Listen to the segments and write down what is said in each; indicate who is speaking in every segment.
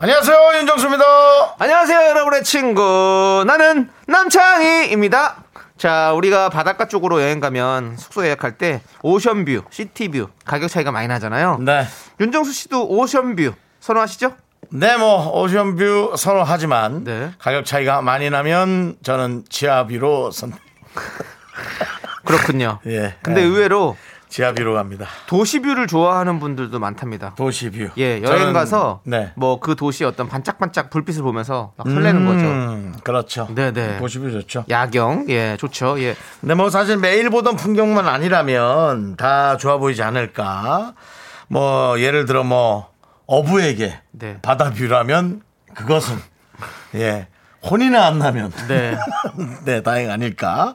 Speaker 1: 안녕하세요 윤정수입니다.
Speaker 2: 안녕하세요, 여러분의 친구. 나는 남창희입니다. 자, 우리가 바닷가 쪽으로 여행 가면 숙소 예약할 때 오션뷰, 시티뷰 가격 차이가 많이 나잖아요.
Speaker 1: 네,
Speaker 2: 윤정수 씨도 오션뷰 선호하시죠?
Speaker 1: 네뭐 오션뷰 선호하지만
Speaker 2: 네.
Speaker 1: 가격 차이가 많이 나면 저는 지하비로 선
Speaker 2: 그렇군요.
Speaker 1: 예.
Speaker 2: 근데
Speaker 1: 예.
Speaker 2: 의외로
Speaker 1: 지하비로 갑니다.
Speaker 2: 도시뷰를 좋아하는 분들도 많답니다.
Speaker 1: 도시뷰.
Speaker 2: 예,
Speaker 1: 저는-
Speaker 2: 여행 가서
Speaker 1: 네.
Speaker 2: 뭐 그 도시의 어떤 반짝반짝 불빛을 보면서 막 설레는 거죠.
Speaker 1: 음, 그렇죠.
Speaker 2: 네네.
Speaker 1: 도시뷰 좋죠.
Speaker 2: 야경, 예, 좋죠. 예,
Speaker 1: 근데 뭐 사실 매일 보던 풍경만 아니라면 다 좋아 보이지 않을까. 뭐 예를 들어 뭐 어부에게
Speaker 2: 네.
Speaker 1: 바다 뷰라면 그것은 예 혼이나 안 나면
Speaker 2: 네.
Speaker 1: 네 다행 아닐까.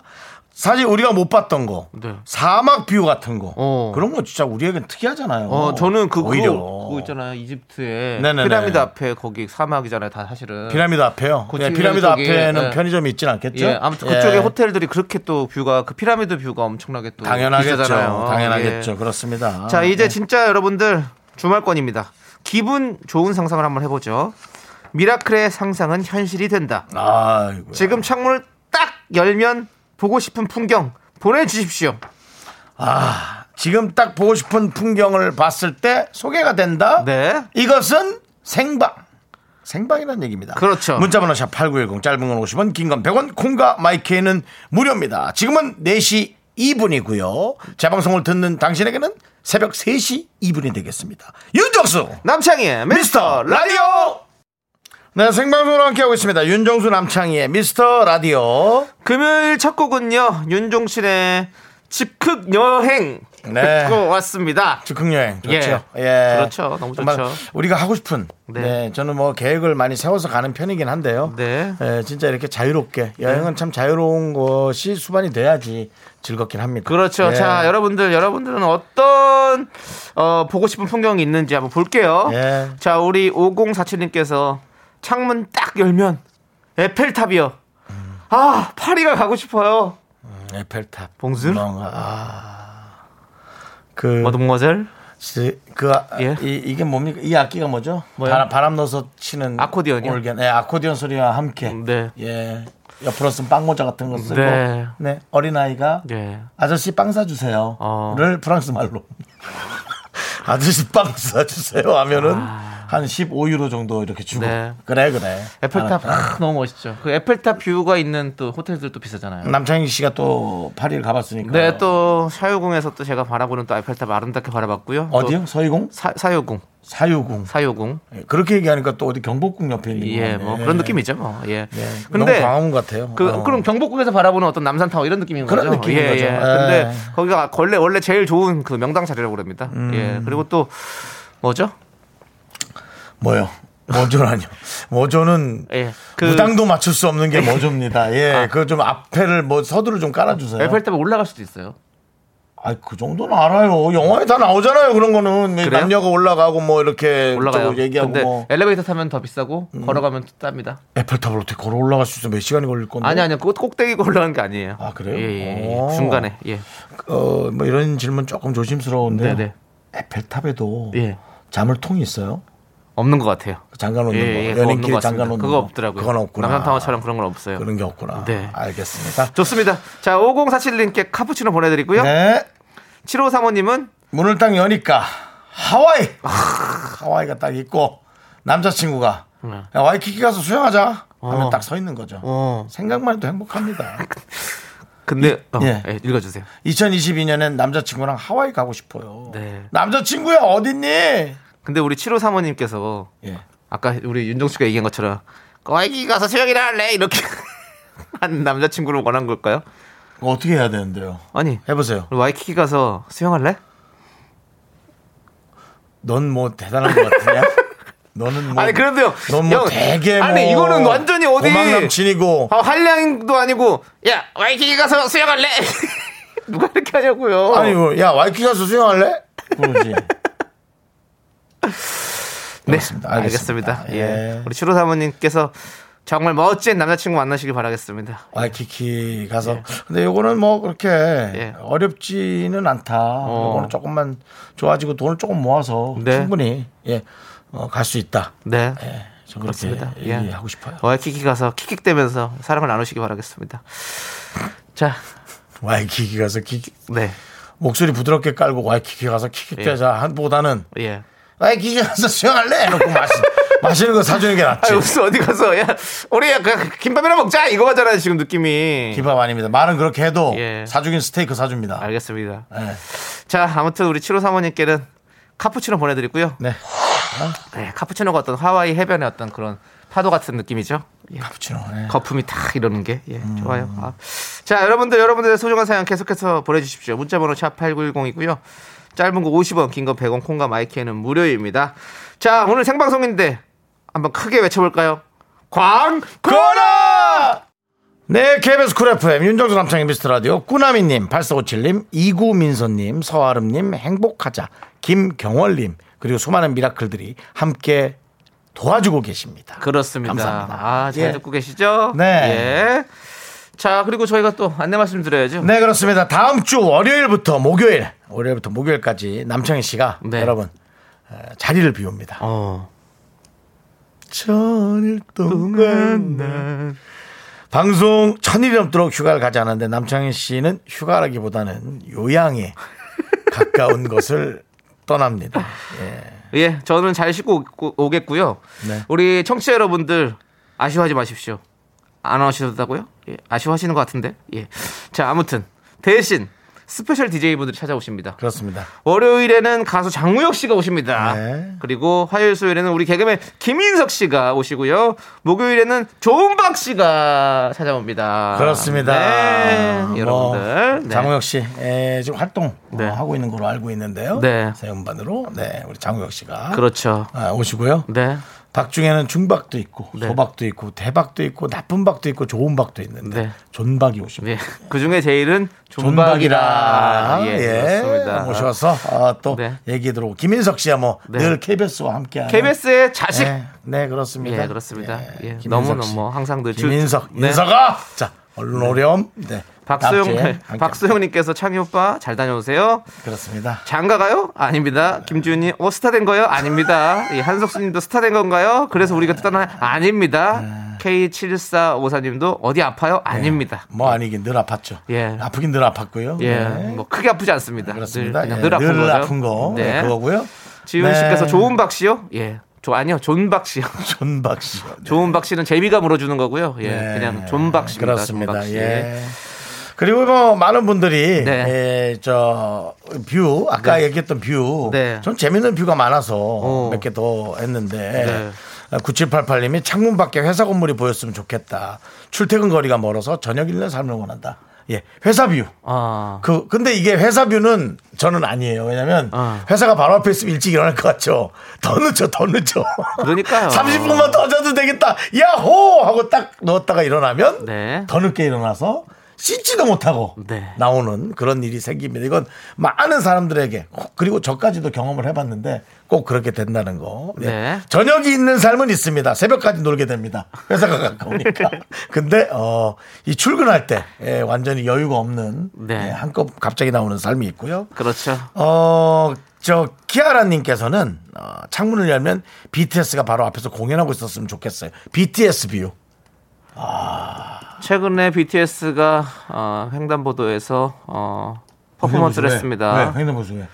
Speaker 1: 사실 우리가 못 봤던 거
Speaker 2: 네.
Speaker 1: 사막 뷰 같은 거
Speaker 2: 어.
Speaker 1: 그런 거 진짜 우리에겐 특이하잖아요.
Speaker 2: 어, 저는 그,
Speaker 1: 오히려
Speaker 2: 그거, 그거 있잖아요. 이집트에
Speaker 1: 네네네.
Speaker 2: 피라미드 앞에 거기 사막이잖아요. 다 사실은.
Speaker 1: 피라미드 앞에요.
Speaker 2: 그
Speaker 1: 네,
Speaker 2: 뒤에
Speaker 1: 피라미드
Speaker 2: 저기,
Speaker 1: 앞에는
Speaker 2: 예.
Speaker 1: 편의점이 있진 않겠죠.
Speaker 2: 예, 아무튼 그쪽에
Speaker 1: 예.
Speaker 2: 호텔들이 그렇게 또 뷰가 그 피라미드 뷰가 엄청나게 또
Speaker 1: 당연하겠죠.
Speaker 2: 비싸잖아요.
Speaker 1: 당연하겠죠.
Speaker 2: 예.
Speaker 1: 그렇습니다.
Speaker 2: 자, 이제
Speaker 1: 네.
Speaker 2: 진짜 여러분들 주말권입니다. 기분 좋은 상상을 한번 해 보죠. 미라클의 상상은 현실이 된다.
Speaker 1: 아이고.
Speaker 2: 지금 창문을 딱 열면 보고 싶은 풍경 보내 주십시오.
Speaker 1: 아, 지금 딱 보고 싶은 풍경을 봤을 때 소개가 된다?
Speaker 2: 네.
Speaker 1: 이것은 생방. 생방이라는 얘기입니다.
Speaker 2: 그렇죠.
Speaker 1: 문자번호 샵 8910, 짧은 건 50원, 긴 건 100원, 콩과 마이크에는 무료입니다. 지금은 4시 2분이고요. 재방송을 듣는 당신에게는 새벽 3시 2분이 되겠습니다. 윤정수!
Speaker 2: 남창희의 미스터 라디오.
Speaker 1: 네, 생방송으로 함께하고 있습니다. 윤정수 남창희의 미스터 라디오.
Speaker 2: 금요일 첫 곡은요 윤종신의 집극 여행
Speaker 1: 네.
Speaker 2: 듣고 왔습니다.
Speaker 1: 즉흥여행
Speaker 2: 예.
Speaker 1: 좋죠. 예.
Speaker 2: 그렇죠. 너무
Speaker 1: 정말
Speaker 2: 좋죠.
Speaker 1: 우리가 하고 싶은. 네.
Speaker 2: 네.
Speaker 1: 저는 뭐 계획을 많이 세워서 가는 편이긴 한데요.
Speaker 2: 네.
Speaker 1: 예, 진짜 이렇게 자유롭게 여행은 참 자유로운 것이 수반이 돼야지 즐겁긴 합니다.
Speaker 2: 그렇죠.
Speaker 1: 예.
Speaker 2: 자 여러분들 여러분들은 어떤 어, 보고 싶은 풍경이 있는지 한번 볼게요.
Speaker 1: 예.
Speaker 2: 자 우리 5047님께서 창문 딱 열면 에펠탑이요.
Speaker 1: 음.
Speaker 2: 아 파리가 가고 싶어요.
Speaker 1: 네, 에펠탑.
Speaker 2: 봉순?
Speaker 1: 뭔가, 아. 그,
Speaker 2: 마동머젤
Speaker 1: 시- 그 아,
Speaker 2: 예.
Speaker 1: 이, 이게 뭡니까? 이 악기가 뭐죠?
Speaker 2: 뭐요?
Speaker 1: 바람, 바람 넣어서 치는
Speaker 2: 아코디언이요?
Speaker 1: 올겐. 예, 아코디언 소리와 함께.
Speaker 2: 네.
Speaker 1: 예. 옆으로 쓴 빵모자 같은 거 쓰고.
Speaker 2: 네.
Speaker 1: 네. 어린아이가
Speaker 2: 예.
Speaker 1: 아저씨 빵 사주세요.
Speaker 2: 어.
Speaker 1: 를 프랑스 말로. 아저씨 빵 사주세요 하면은 한 15유로 정도 이렇게 주고.
Speaker 2: 아. 네.
Speaker 1: 그래, 그래.
Speaker 2: 에펠탑
Speaker 1: 알았다.
Speaker 2: 아, 너무 멋있죠. 그 에펠탑 뷰가 있는 또 호텔들도 비싸잖아요.
Speaker 1: 남창희 씨가 또 파리를 가봤으니까.
Speaker 2: 네, 또 사유궁에서 또 제가 바라보는 또 에펠탑 아름답게 바라봤고요. 또
Speaker 1: 어디요? 서희공?
Speaker 2: 사, 사유궁,
Speaker 1: 사유궁.
Speaker 2: 사유궁.
Speaker 1: 예, 그렇게 얘기하니까 또 어디 경복궁 옆에 있는
Speaker 2: 예,
Speaker 1: 거
Speaker 2: 뭐
Speaker 1: 같네.
Speaker 2: 그런 느낌이죠. 뭐. 예.
Speaker 1: 예,
Speaker 2: 근데
Speaker 1: 너무 광화문 같아요.
Speaker 2: 그,
Speaker 1: 어.
Speaker 2: 그럼 경복궁에서 바라보는 어떤 남산타워 이런 느낌인
Speaker 1: 그런
Speaker 2: 거죠.
Speaker 1: 느낌인
Speaker 2: 예,
Speaker 1: 거죠.
Speaker 2: 예.
Speaker 1: 예. 음.
Speaker 2: 근데 거기가 원래 원래 제일 좋은 그 명당 자리라고 그럽니다. 예. 그리고 또 뭐죠?
Speaker 1: 뭐요? 모조라뇨. 모조는
Speaker 2: 예, 그- 아.
Speaker 1: 무당도 맞출 수 없는 게 모조입니다. 예, 그 좀 앞에를 뭐 서두를 좀 깔아주세요.
Speaker 2: 에펠탑에 올라갈 수도 있어요.
Speaker 1: 아이 그 정도는 알아요. 영화에 다 나오잖아요. 그런 거는
Speaker 2: 그래요?
Speaker 1: 남녀가 올라가고 뭐 이렇게
Speaker 2: 올라가요.
Speaker 1: 저거 얘기하고
Speaker 2: 근데
Speaker 1: 뭐 음.
Speaker 2: 엘리베이터 타면 더 비싸고 걸어가면 또 땁니다.
Speaker 1: 에펠탑을 어떻게 걸어 올라갈 수 있어? 몇 시간이 걸릴 건데?
Speaker 2: 아니 아니요. 그 꼭대기 올라가는 게 아니에요.
Speaker 1: 뭐? 아, 그래요?
Speaker 2: 예, 예,
Speaker 1: 오.
Speaker 2: 예. 중간에. 예.
Speaker 1: 어뭐 이런 질문 조금 조심스러운데.
Speaker 2: 네네.
Speaker 1: 에펠탑에도
Speaker 2: 예.
Speaker 1: 자물통이 있어요?
Speaker 2: 없는 것 같아요.
Speaker 1: 잠깐 놓는
Speaker 2: 예, 예,
Speaker 1: 거.
Speaker 2: 그거 없는
Speaker 1: 연인끼리
Speaker 2: 것
Speaker 1: 잠깐
Speaker 2: 같습니다.
Speaker 1: 놓는
Speaker 2: 그거
Speaker 1: 거.
Speaker 2: 없더라고요.
Speaker 1: 그건 없구나.
Speaker 2: 남산타워처럼 그런 건 없어요.
Speaker 1: 그런 게 없구나.
Speaker 2: 네.
Speaker 1: 알겠습니다.
Speaker 2: 좋습니다. 자, 5047님께 카푸치노 보내드리고요.
Speaker 1: 네.
Speaker 2: 7535님은
Speaker 1: 문을 딱 여니까 하와이 하와이가 딱 있고 남자친구가
Speaker 2: 네.
Speaker 1: 야, 와이키키 가서 수영하자 하면
Speaker 2: 어.
Speaker 1: 딱 서 있는 거죠.
Speaker 2: 어.
Speaker 1: 생각만 해도 행복합니다.
Speaker 2: 근데 어,
Speaker 1: 예.
Speaker 2: 예, 읽어주세요.
Speaker 1: 2022년엔 남자친구랑 하와이 가고 싶어요.
Speaker 2: 네.
Speaker 1: 남자친구야 어딨니?
Speaker 2: 근데 우리 7535님께서
Speaker 1: 예.
Speaker 2: 아까 우리 윤정씨가 얘기한 것처럼 거기 가서 수영이나 할래 이렇게 한 남자친구를 원한 걸까요?
Speaker 1: 그거 어떻게 해야 되는데요?
Speaker 2: 아니
Speaker 1: 해보세요.
Speaker 2: 우리 와이키키 가서 수영할래?
Speaker 1: 넌 뭐 대단한 것 같으냐? 너는 뭐
Speaker 2: 아니 그래도요.
Speaker 1: 넌뭐
Speaker 2: 형,
Speaker 1: 되게 뭐
Speaker 2: 아니 이거는 완전히 어디
Speaker 1: 고만남친이고
Speaker 2: 아, 한량도 아니고 야 와이킹에 가서 수영할래. 누가 이렇게 하냐고요.
Speaker 1: 아니 뭐, 야 와이키 가서 수영할래? 그러지.
Speaker 2: 네,
Speaker 1: 그렇습니다. 알겠습니다.
Speaker 2: 알겠습니다.
Speaker 1: 예.
Speaker 2: 예. 우리 추로 사모님께서 정말 멋진 남자친구 만나시길 바라겠습니다.
Speaker 1: 와이키키 가서
Speaker 2: 예.
Speaker 1: 근데 요거는 뭐 그렇게 어렵지는 않다.
Speaker 2: 어.
Speaker 1: 요거는 조금만 좋아지고 돈을 조금 모아서
Speaker 2: 네.
Speaker 1: 충분히 예갈 수 있다.
Speaker 2: 네.
Speaker 1: 예, 저 그렇게
Speaker 2: 그렇습니다. 예.
Speaker 1: 얘기하고 싶어요.
Speaker 2: 와이키키 가서 킥킥대면서 사랑을 나누시기 바라겠습니다. 자,
Speaker 1: 와이키키 가서 키
Speaker 2: 네.
Speaker 1: 목소리 부드럽게 깔고 와이키키 가서 킥킥대자 한보다는
Speaker 2: 예.
Speaker 1: 와이키키 가서 수영할래 해놓고 마시, 마시는 거 사주는 게 낫지.
Speaker 2: 아니, 무슨 어디 가서, 야, 우리 그냥 김밥이나 먹자! 이거잖아요, 지금 느낌이.
Speaker 1: 기밥 아닙니다. 말은 그렇게 해도
Speaker 2: 예.
Speaker 1: 사주긴 스테이크 사줍니다.
Speaker 2: 알겠습니다.
Speaker 1: 예.
Speaker 2: 자, 아무튼 우리 7호 사모님께는 카푸치노 보내드리고요.
Speaker 1: 네.
Speaker 2: 네, 카푸치노가 어떤 하와이 해변의 어떤 그런 파도 같은 느낌이죠. 예.
Speaker 1: 카푸치노. 예.
Speaker 2: 거품이 탁 이러는 게 예,
Speaker 1: 음.
Speaker 2: 좋아요. 아. 자, 여러분들 여러분들의 소중한 사연 계속해서 보내주십시오. 문자번호 샵 #8910이고요. 짧은 거 50원, 긴 거 100원, 콩과 마이크는 무료입니다. 자, 오늘 생방송인데 한번 크게 외쳐볼까요? 광고라!
Speaker 1: 네, KBS 쿨 FM, 윤정수 남창의 미스터 라디오, 꾸나미님, 8457님, 이구민서님, 서아름님, 행복하자, 김경월님, 그리고 수많은 미라클들이 함께 도와주고 계십니다.
Speaker 2: 그렇습니다.
Speaker 1: 감사합니다.
Speaker 2: 아, 잘
Speaker 1: 예.
Speaker 2: 듣고 계시죠?
Speaker 1: 네.
Speaker 2: 예. 자, 그리고 저희가 또 안내 말씀드려야죠.
Speaker 1: 네, 그렇습니다. 다음 주 월요일부터 목요일, 월요일부터 목요일까지 남창희 씨가
Speaker 2: 네.
Speaker 1: 여러분 에, 자리를 비웁니다.
Speaker 2: 어.
Speaker 1: 천일 동안 난 방송 천일이 넘도록 휴가를 가지 않았는데 남창희 씨는 휴가라기보다는 요양에 가까운 것을 떠납니다. 예.
Speaker 2: 예, 저는 잘 씻고 오겠고- 오겠고요.
Speaker 1: 네.
Speaker 2: 우리 청취자 여러분들 아쉬워하지 마십시오. 안 하시다고요? 예, 아쉬워하시는 것 같은데. 예. 자, 아무튼 대신 스페셜 DJ 분들이 찾아오십니다.
Speaker 1: 그렇습니다.
Speaker 2: 월요일에는 가수 장무혁 씨가 오십니다.
Speaker 1: 네.
Speaker 2: 그리고 화요일 수요일에는 우리 개그맨 김인석 씨가 오시고요. 목요일에는 조은박 씨가 찾아옵니다.
Speaker 1: 그렇습니다.
Speaker 2: 네,
Speaker 1: 뭐,
Speaker 2: 여러분들. 네.
Speaker 1: 장우혁 씨 예, 지금 활동
Speaker 2: 네.
Speaker 1: 어, 하고 있는 걸로 알고 있는데요.
Speaker 2: 네.
Speaker 1: 새 음반으로 네, 우리 장우혁 씨가
Speaker 2: 그렇죠.
Speaker 1: 아, 오시고요.
Speaker 2: 네.
Speaker 1: 박 중에는 중박도 있고
Speaker 2: 네.
Speaker 1: 소박도 있고 대박도 있고 나쁜 박도 있고 좋은 박도 있는데
Speaker 2: 네.
Speaker 1: 존박이 오십니다.
Speaker 2: 예. 그 중에 제일은
Speaker 1: 존박이라
Speaker 2: 존박이라. 예, 그렇습니다.
Speaker 1: 모셔서 아, 또
Speaker 2: 네.
Speaker 1: 얘기 들어오고 김인석 씨야 뭐
Speaker 2: 네.
Speaker 1: 늘 KBS와 함께하는
Speaker 2: KBS의 자식.
Speaker 1: 네, 네, 그렇습니다.
Speaker 2: 예, 그렇습니다. 예,
Speaker 1: 김인석
Speaker 2: 너무너무
Speaker 1: 씨.
Speaker 2: 뭐 항상 늘 줄-
Speaker 1: 김인석
Speaker 2: 네.
Speaker 1: 인석아 자 얼른 오렴 네. 다음 주에
Speaker 2: 박소영
Speaker 1: 함께
Speaker 2: 박소영님께서 창희 오빠 잘 다녀오세요.
Speaker 1: 그렇습니다.
Speaker 2: 장가가요? 아닙니다. 김준이 어 스타 된 거요? 아닙니다. 예, 한석수님도 스타 된 건가요? 그래서 우리가 뜻하나
Speaker 1: 네.
Speaker 2: 아닙니다. K7454님도 어디 아파요? 아닙니다.
Speaker 1: 뭐 아니긴 늘 아팠죠.
Speaker 2: 예.
Speaker 1: 아프긴 늘 아팠고요.
Speaker 2: 예,
Speaker 1: 네.
Speaker 2: 뭐 크게 아프지 않습니다.
Speaker 1: 그렇습니다.
Speaker 2: 늘,
Speaker 1: 예,
Speaker 2: 그냥 늘 아픈 거죠.
Speaker 1: 거
Speaker 2: 네.
Speaker 1: 네, 그거고요.
Speaker 2: 지훈
Speaker 1: 네.
Speaker 2: 씨께서 좋은박 씨요? 예, 조 아니요 존박 씨요.
Speaker 1: 존박 씨.
Speaker 2: 좋은박 씨는 제비가 물어주는 거고요. 예,
Speaker 1: 네.
Speaker 2: 그냥 존박 씨입니다.
Speaker 1: 그렇습니다.
Speaker 2: 존박 씨.
Speaker 1: 예. 그리고 뭐 많은 분들이
Speaker 2: 네.
Speaker 1: 예, 저뷰 아까 얘기했던 뷰.
Speaker 2: 네.
Speaker 1: 전 재밌는 뷰가 많아서
Speaker 2: 오.
Speaker 1: 몇 개 더 했는데
Speaker 2: 네.
Speaker 1: 9788님이 창문 밖에 회사 건물이 보였으면 좋겠다. 출퇴근 거리가 멀어서 저녁 일는 삶을 원한다. 예, 회사 뷰.
Speaker 2: 아,
Speaker 1: 그 근데 이게 회사 뷰는 저는 아니에요. 왜냐면
Speaker 2: 아.
Speaker 1: 회사가 바로 앞에 있으면 일찍 일어날 것 같죠. 더 늦죠, 더 늦죠.
Speaker 2: 그러니까요.
Speaker 1: 30분만 더 자도 되겠다. 야호 하고 딱 넣었다가 일어나면
Speaker 2: 네.
Speaker 1: 더 늦게 일어나서 씻지도 못하고
Speaker 2: 네.
Speaker 1: 나오는 그런 일이 생깁니다. 이건 많은 사람들에게 그리고 저까지도 경험을 해봤는데 꼭 그렇게 된다는 거. 예.
Speaker 2: 네.
Speaker 1: 저녁이 있는 삶은 있습니다. 새벽까지 놀게 됩니다. 회사가 가까우니까. 근데 어, 이 출근할 때 예, 완전히 여유가 없는
Speaker 2: 네.
Speaker 1: 예, 한껏 갑자기 나오는 삶이 있고요.
Speaker 2: 그렇죠.
Speaker 1: 어, 저 키아라님께서는 어, 창문을 열면 BTS가 바로 앞에서 공연하고 있었으면 좋겠어요. BTS 뷰.
Speaker 2: 최근에 BTS가 어, 횡단보도에서 어, 퍼포먼스를 했습니다.
Speaker 1: 네, 횡단 보수에.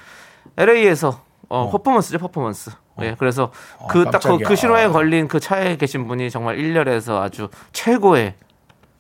Speaker 2: LA에서 어, 퍼포먼스죠 퍼포먼스. 예, 그래서 그 딱 그
Speaker 1: 어. 깜짝이야.
Speaker 2: 신호에 걸린 그 차에 계신 분이 정말 일렬에서 아주 최고의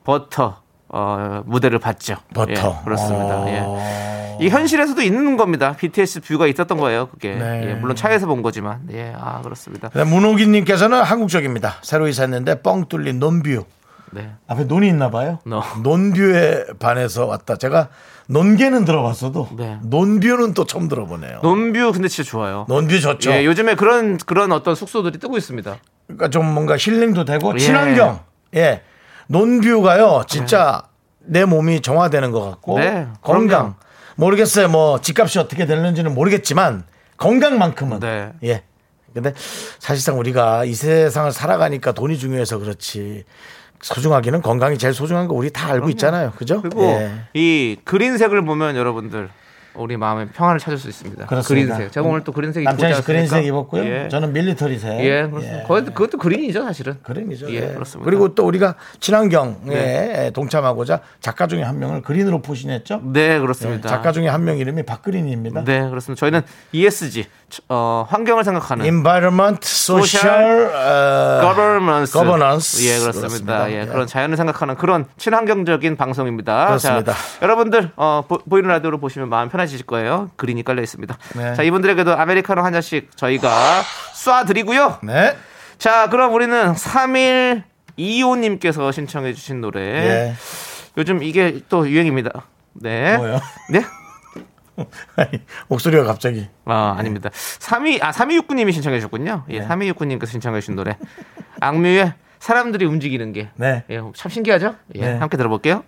Speaker 2: 버터 어, 무대를 봤죠.
Speaker 1: 버터. 어.
Speaker 2: 예, 그렇습니다. 예. 이 현실에서도 있는 겁니다. BTS 뷰가 있었던 거예요. 그게
Speaker 1: 네.
Speaker 2: 예, 물론 차에서 본 거지만 예, 아 그렇습니다.
Speaker 1: 문호기님께서는 한국적입니다. 새로 이사했는데 뻥 뚫린 논뷰.
Speaker 2: 네.
Speaker 1: 앞에 논이 있나 봐요.
Speaker 2: No.
Speaker 1: 논뷰에 반해서 왔다. 제가 논개는 들어봤어도
Speaker 2: 네.
Speaker 1: 논뷰는 또 처음 들어보네요.
Speaker 2: 논뷰 근데 진짜 좋아요.
Speaker 1: 논뷰 좋죠.
Speaker 2: 예, 요즘에 그런 그런 어떤 숙소들이 뜨고 있습니다.
Speaker 1: 그러니까 좀 뭔가 힐링도 되고
Speaker 2: 예.
Speaker 1: 친환경. 예. 논뷰가요. 진짜 내 몸이 정화되는 것 같고
Speaker 2: 네,
Speaker 1: 건강.
Speaker 2: 그럼요.
Speaker 1: 모르겠어요. 뭐 집값이 어떻게 되는지는 모르겠지만 건강만큼은
Speaker 2: 네.
Speaker 1: 예. 근데 사실상 우리가 이 세상을 살아가니까 돈이 중요해서 그렇지 소중하기는 건강이 제일 소중한 거 우리 다 알고 있잖아요. 그죠?
Speaker 2: 그리고
Speaker 1: 예.
Speaker 2: 이 그린색을 보면 여러분들 우리 마음의 평화를 찾을 수 있습니다.
Speaker 1: 그렇습니다. 음.
Speaker 2: 그린색. 제가 오늘 또 그린색 입고
Speaker 1: 남창희 씨
Speaker 2: 오지 않았습니까?
Speaker 1: 그린색 입었고요.
Speaker 2: 예.
Speaker 1: 저는 네. 밀리터리색.
Speaker 2: 예, 그렇습니다. 거의 그것도 그린이죠, 사실은.
Speaker 1: 그림이죠.
Speaker 2: 예,
Speaker 1: 예.
Speaker 2: 그렇습니다.
Speaker 1: 그리고 또 우리가 친환경에 예, 동참하고자 작가 중에 한 명을 그린으로 포신했죠.
Speaker 2: 네,
Speaker 1: 예,
Speaker 2: 그렇습니다.
Speaker 1: 작가 중에 한 명 이름이 박그린입니다.
Speaker 2: 네, 그렇습니다. 저희는 ESG 어, 환경을 생각하는
Speaker 1: Environment, Social, 어,
Speaker 2: Governance.
Speaker 1: Governance.
Speaker 2: 예, 그렇습니다.
Speaker 1: 그렇습니다.
Speaker 2: 예,
Speaker 1: 예.
Speaker 2: 그런 자연을 생각하는 그런 친환경적인 방송입니다.
Speaker 1: 그렇습니다.
Speaker 2: 자, 여러분들 어, 보, 이는 라디오로 보시면 마음 편해지실 거예요. 그린이 깔려 있습니다.
Speaker 1: 네.
Speaker 2: 자, 이분들에게도 아메리카노 한 잔씩 저희가 쏴 드리고요.
Speaker 1: 네.
Speaker 2: 자, 그럼 우리는 3일 25님께서 신청해 주신 노래.
Speaker 1: 예.
Speaker 2: 요즘 이게 또 유행입니다. 네.
Speaker 1: 뭐요?
Speaker 2: 네?
Speaker 1: 아니, 예. 목소리가 갑자기.
Speaker 2: 아, 아닙니다. 3위, 아, 3269님이 신청해 주셨군요.
Speaker 1: 네.
Speaker 2: 예, 3269님께서 신청해 주신 노래. 악뮤의 사람들이 움직이는 게.
Speaker 1: 네.
Speaker 2: 예, 참 신기하죠? 예,
Speaker 1: 네.
Speaker 2: 함께 들어볼게요.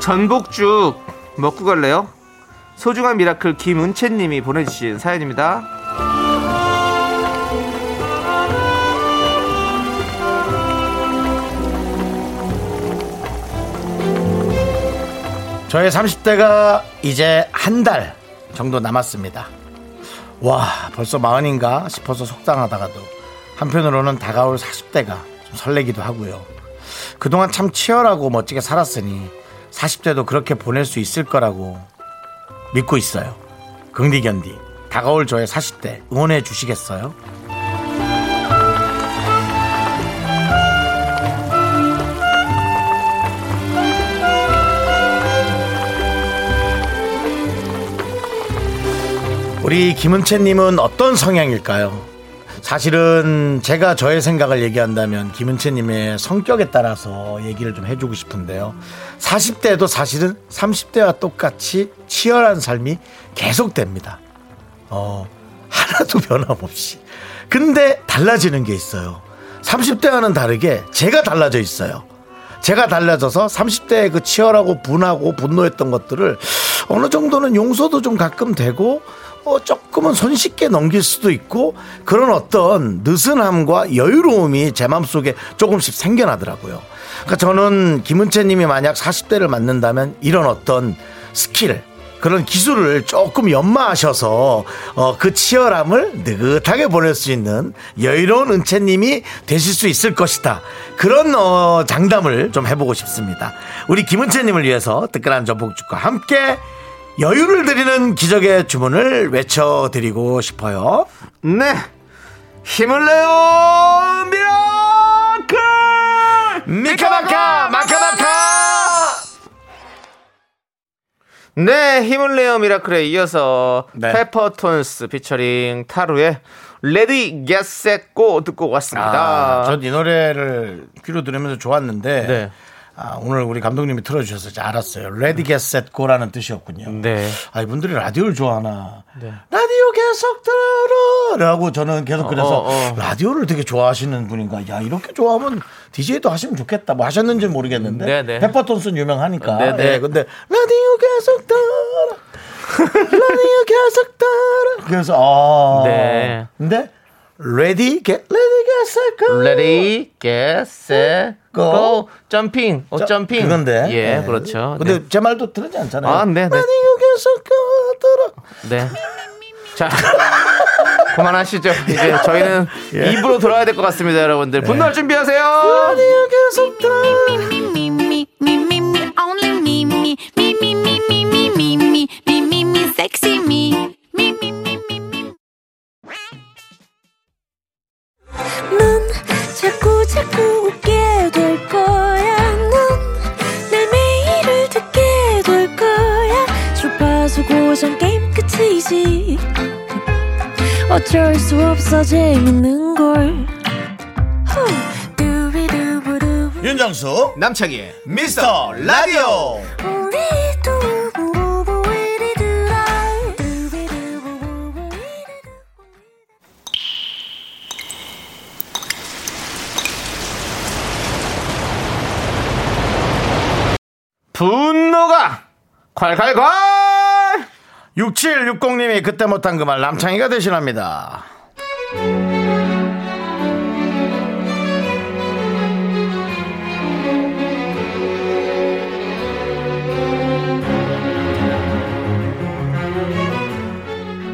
Speaker 2: 전복죽 먹고 갈래요? 소중한 미라클 김은채님이 보내주신 사연입니다.
Speaker 1: 저의 30대가 이제 한 달 정도 남았습니다. 와, 벌써 마흔인가 싶어서 속상하다가도 한편으로는 다가올 40대가 좀 설레기도 하고요. 그동안 참 치열하고 멋지게 살았으니 40대도 그렇게 보낼 수 있을 거라고 믿고 있어요. 긍디견디 다가올 저의 40대 응원해 주시겠어요? 우리 김은채님은 어떤 성향일까요? 사실은 제가 저의 생각을 얘기한다면 김은채님의 성격에 따라서 얘기를 좀 해주고 싶은데요. 40대도 사실은 30대와 똑같이 치열한 삶이 계속됩니다. 어, 하나도 변함없이. 근데 달라지는 게 있어요. 30대와는 다르게 제가 달라져 있어요. 제가 달라져서 30대의 그 치열하고 분하고 분노했던 것들을 어느 정도는 용서도 좀 가끔 되고 어, 조금은 손쉽게 넘길 수도 있고 그런 어떤 느슨함과 여유로움이 제 마음속에 조금씩 생겨나더라고요. 그러니까 저는 김은채 님이 만약 40대를 맞는다면 이런 어떤 스킬 그런 기술을 조금 연마하셔서 어, 그 치열함을 느긋하게 보낼 수 있는 여유로운 은채님이 되실 수 있을 것이다. 그런 어, 장담을 좀 해보고 싶습니다. 우리 김은채님을 위해서 뜨끈한 전복죽과 함께 여유를 드리는 기적의 주문을 외쳐드리고 싶어요.
Speaker 2: 네! 힘을 내요! 미라클!
Speaker 1: 미카마카 마카마카
Speaker 2: 네, 힘을 내요 미라클에 이어서
Speaker 1: 네.
Speaker 2: 페퍼톤스 피처링 타루의 레디 겟셋고 듣고 왔습니다.
Speaker 1: 아, 전 이 노래를 귀로 들으면서 좋았는데
Speaker 2: 네.
Speaker 1: 아, 오늘 우리 감독님이 틀어주셔서 이제 알았어요. 레디 겟셋 고라는 뜻이었군요.
Speaker 2: 네.
Speaker 1: 아 이분들이 라디오를 좋아하나 라디오 계속 들어라고 저는 계속 그래서
Speaker 2: 어, 어.
Speaker 1: 라디오를 되게 좋아하시는 분인가 야 이렇게 좋아하면 DJ도 하시면 좋겠다 뭐 하셨는지는 모르겠는데
Speaker 2: 네, 네.
Speaker 1: 페퍼톤스는 유명하니까
Speaker 2: 네, 네.
Speaker 1: 예, 근데 라디오 계속 들어 라디오 계속 들어 그래서 아
Speaker 2: 네.
Speaker 1: 근데 레디 겟 레디 그. 겟셋 고
Speaker 2: 레디 겟셋고
Speaker 1: 고.
Speaker 2: 점핑. 어
Speaker 1: 자,
Speaker 2: 점핑.
Speaker 1: 어? 그건데.
Speaker 2: 예,
Speaker 1: 네.
Speaker 2: 그렇죠.
Speaker 1: 근데
Speaker 2: 네.
Speaker 1: 제 말도 들리지 않잖아요.
Speaker 2: 아, 네, 네.
Speaker 1: 라디오 계속 들어.
Speaker 2: 네. 자. 그만하시죠. 이제 저희는 입으로 돌아야 될 것 같습니다, 여러분들. 분노할 준비하세요.
Speaker 1: 라디오 계속 들어.
Speaker 3: me, me, me, me, me, only me, me, me, me, me, me, me, me, me, me, me, me, sexy me. Me, me, me, me, me.
Speaker 4: 넌 자꾸 자꾸 거지 어쩔 수 없어 재밌는 걸 후. 두비두부두.
Speaker 1: 윤정수
Speaker 2: 남창희의
Speaker 1: 미스터 라디오
Speaker 4: 우리 두부부부 우리들아. 두비두부부부 우리들아.
Speaker 2: 분노가 콸콸콸
Speaker 1: 6760님이 그때 못한 그 말 남창희가 대신합니다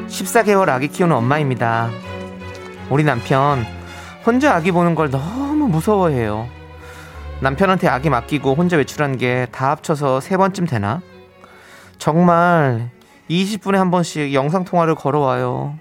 Speaker 2: 십사 개월 아기 키우는 엄마입니다. 우리 남편 혼자 아기 보는 걸 너무 무서워해요. 남편한테 아기 맡기고 혼자 외출한 게 다 합쳐서 세 번쯤 되나? 정말 20분에 한 번씩 영상 통화를 걸어와요.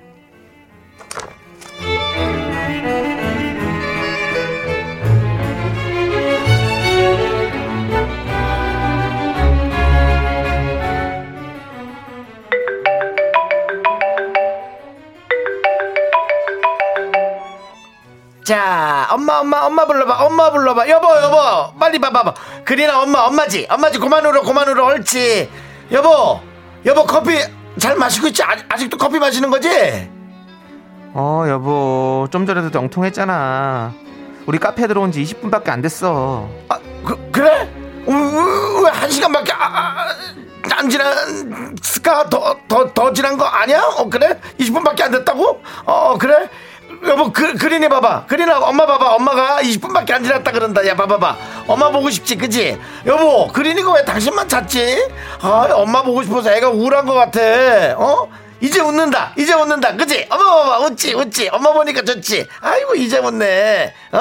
Speaker 1: 자 엄마 엄마 엄마 불러봐 엄마 불러봐 여보 여보 빨리 봐봐봐 그리나 엄마 엄마지 엄마지 그만 울어 그만 울어 옳지 여보 여보 커피 잘 마시고 있지 아, 아직도 커피 마시는 거지
Speaker 2: 어, 여보. 좀 전에도 영통했잖아. 우리 카페 들어온 지 20분밖에 안 됐어.
Speaker 1: 아, 그, 그래? 왜 한 시간밖에 아, 아, 안 지났을까? 더, 더, 더 지난 거 아니야? 어, 그래? 20분밖에 안 됐다고? 어, 그래? 여보, 그, 그린이 봐봐. 그린아, 엄마 봐봐. 엄마가 20분밖에 안 지났다 그런다. 야, 봐봐봐. 엄마 보고 싶지, 그지? 여보, 그린이가 왜 당신만 찾지? 아, 엄마 보고 싶어서 애가 우울한 것 같아. 어? 이제 웃는다. 이제 웃는다. 그지? 엄마 봐봐. 웃지, 웃지. 엄마 보니까 좋지. 아이고, 이제 웃네. 어?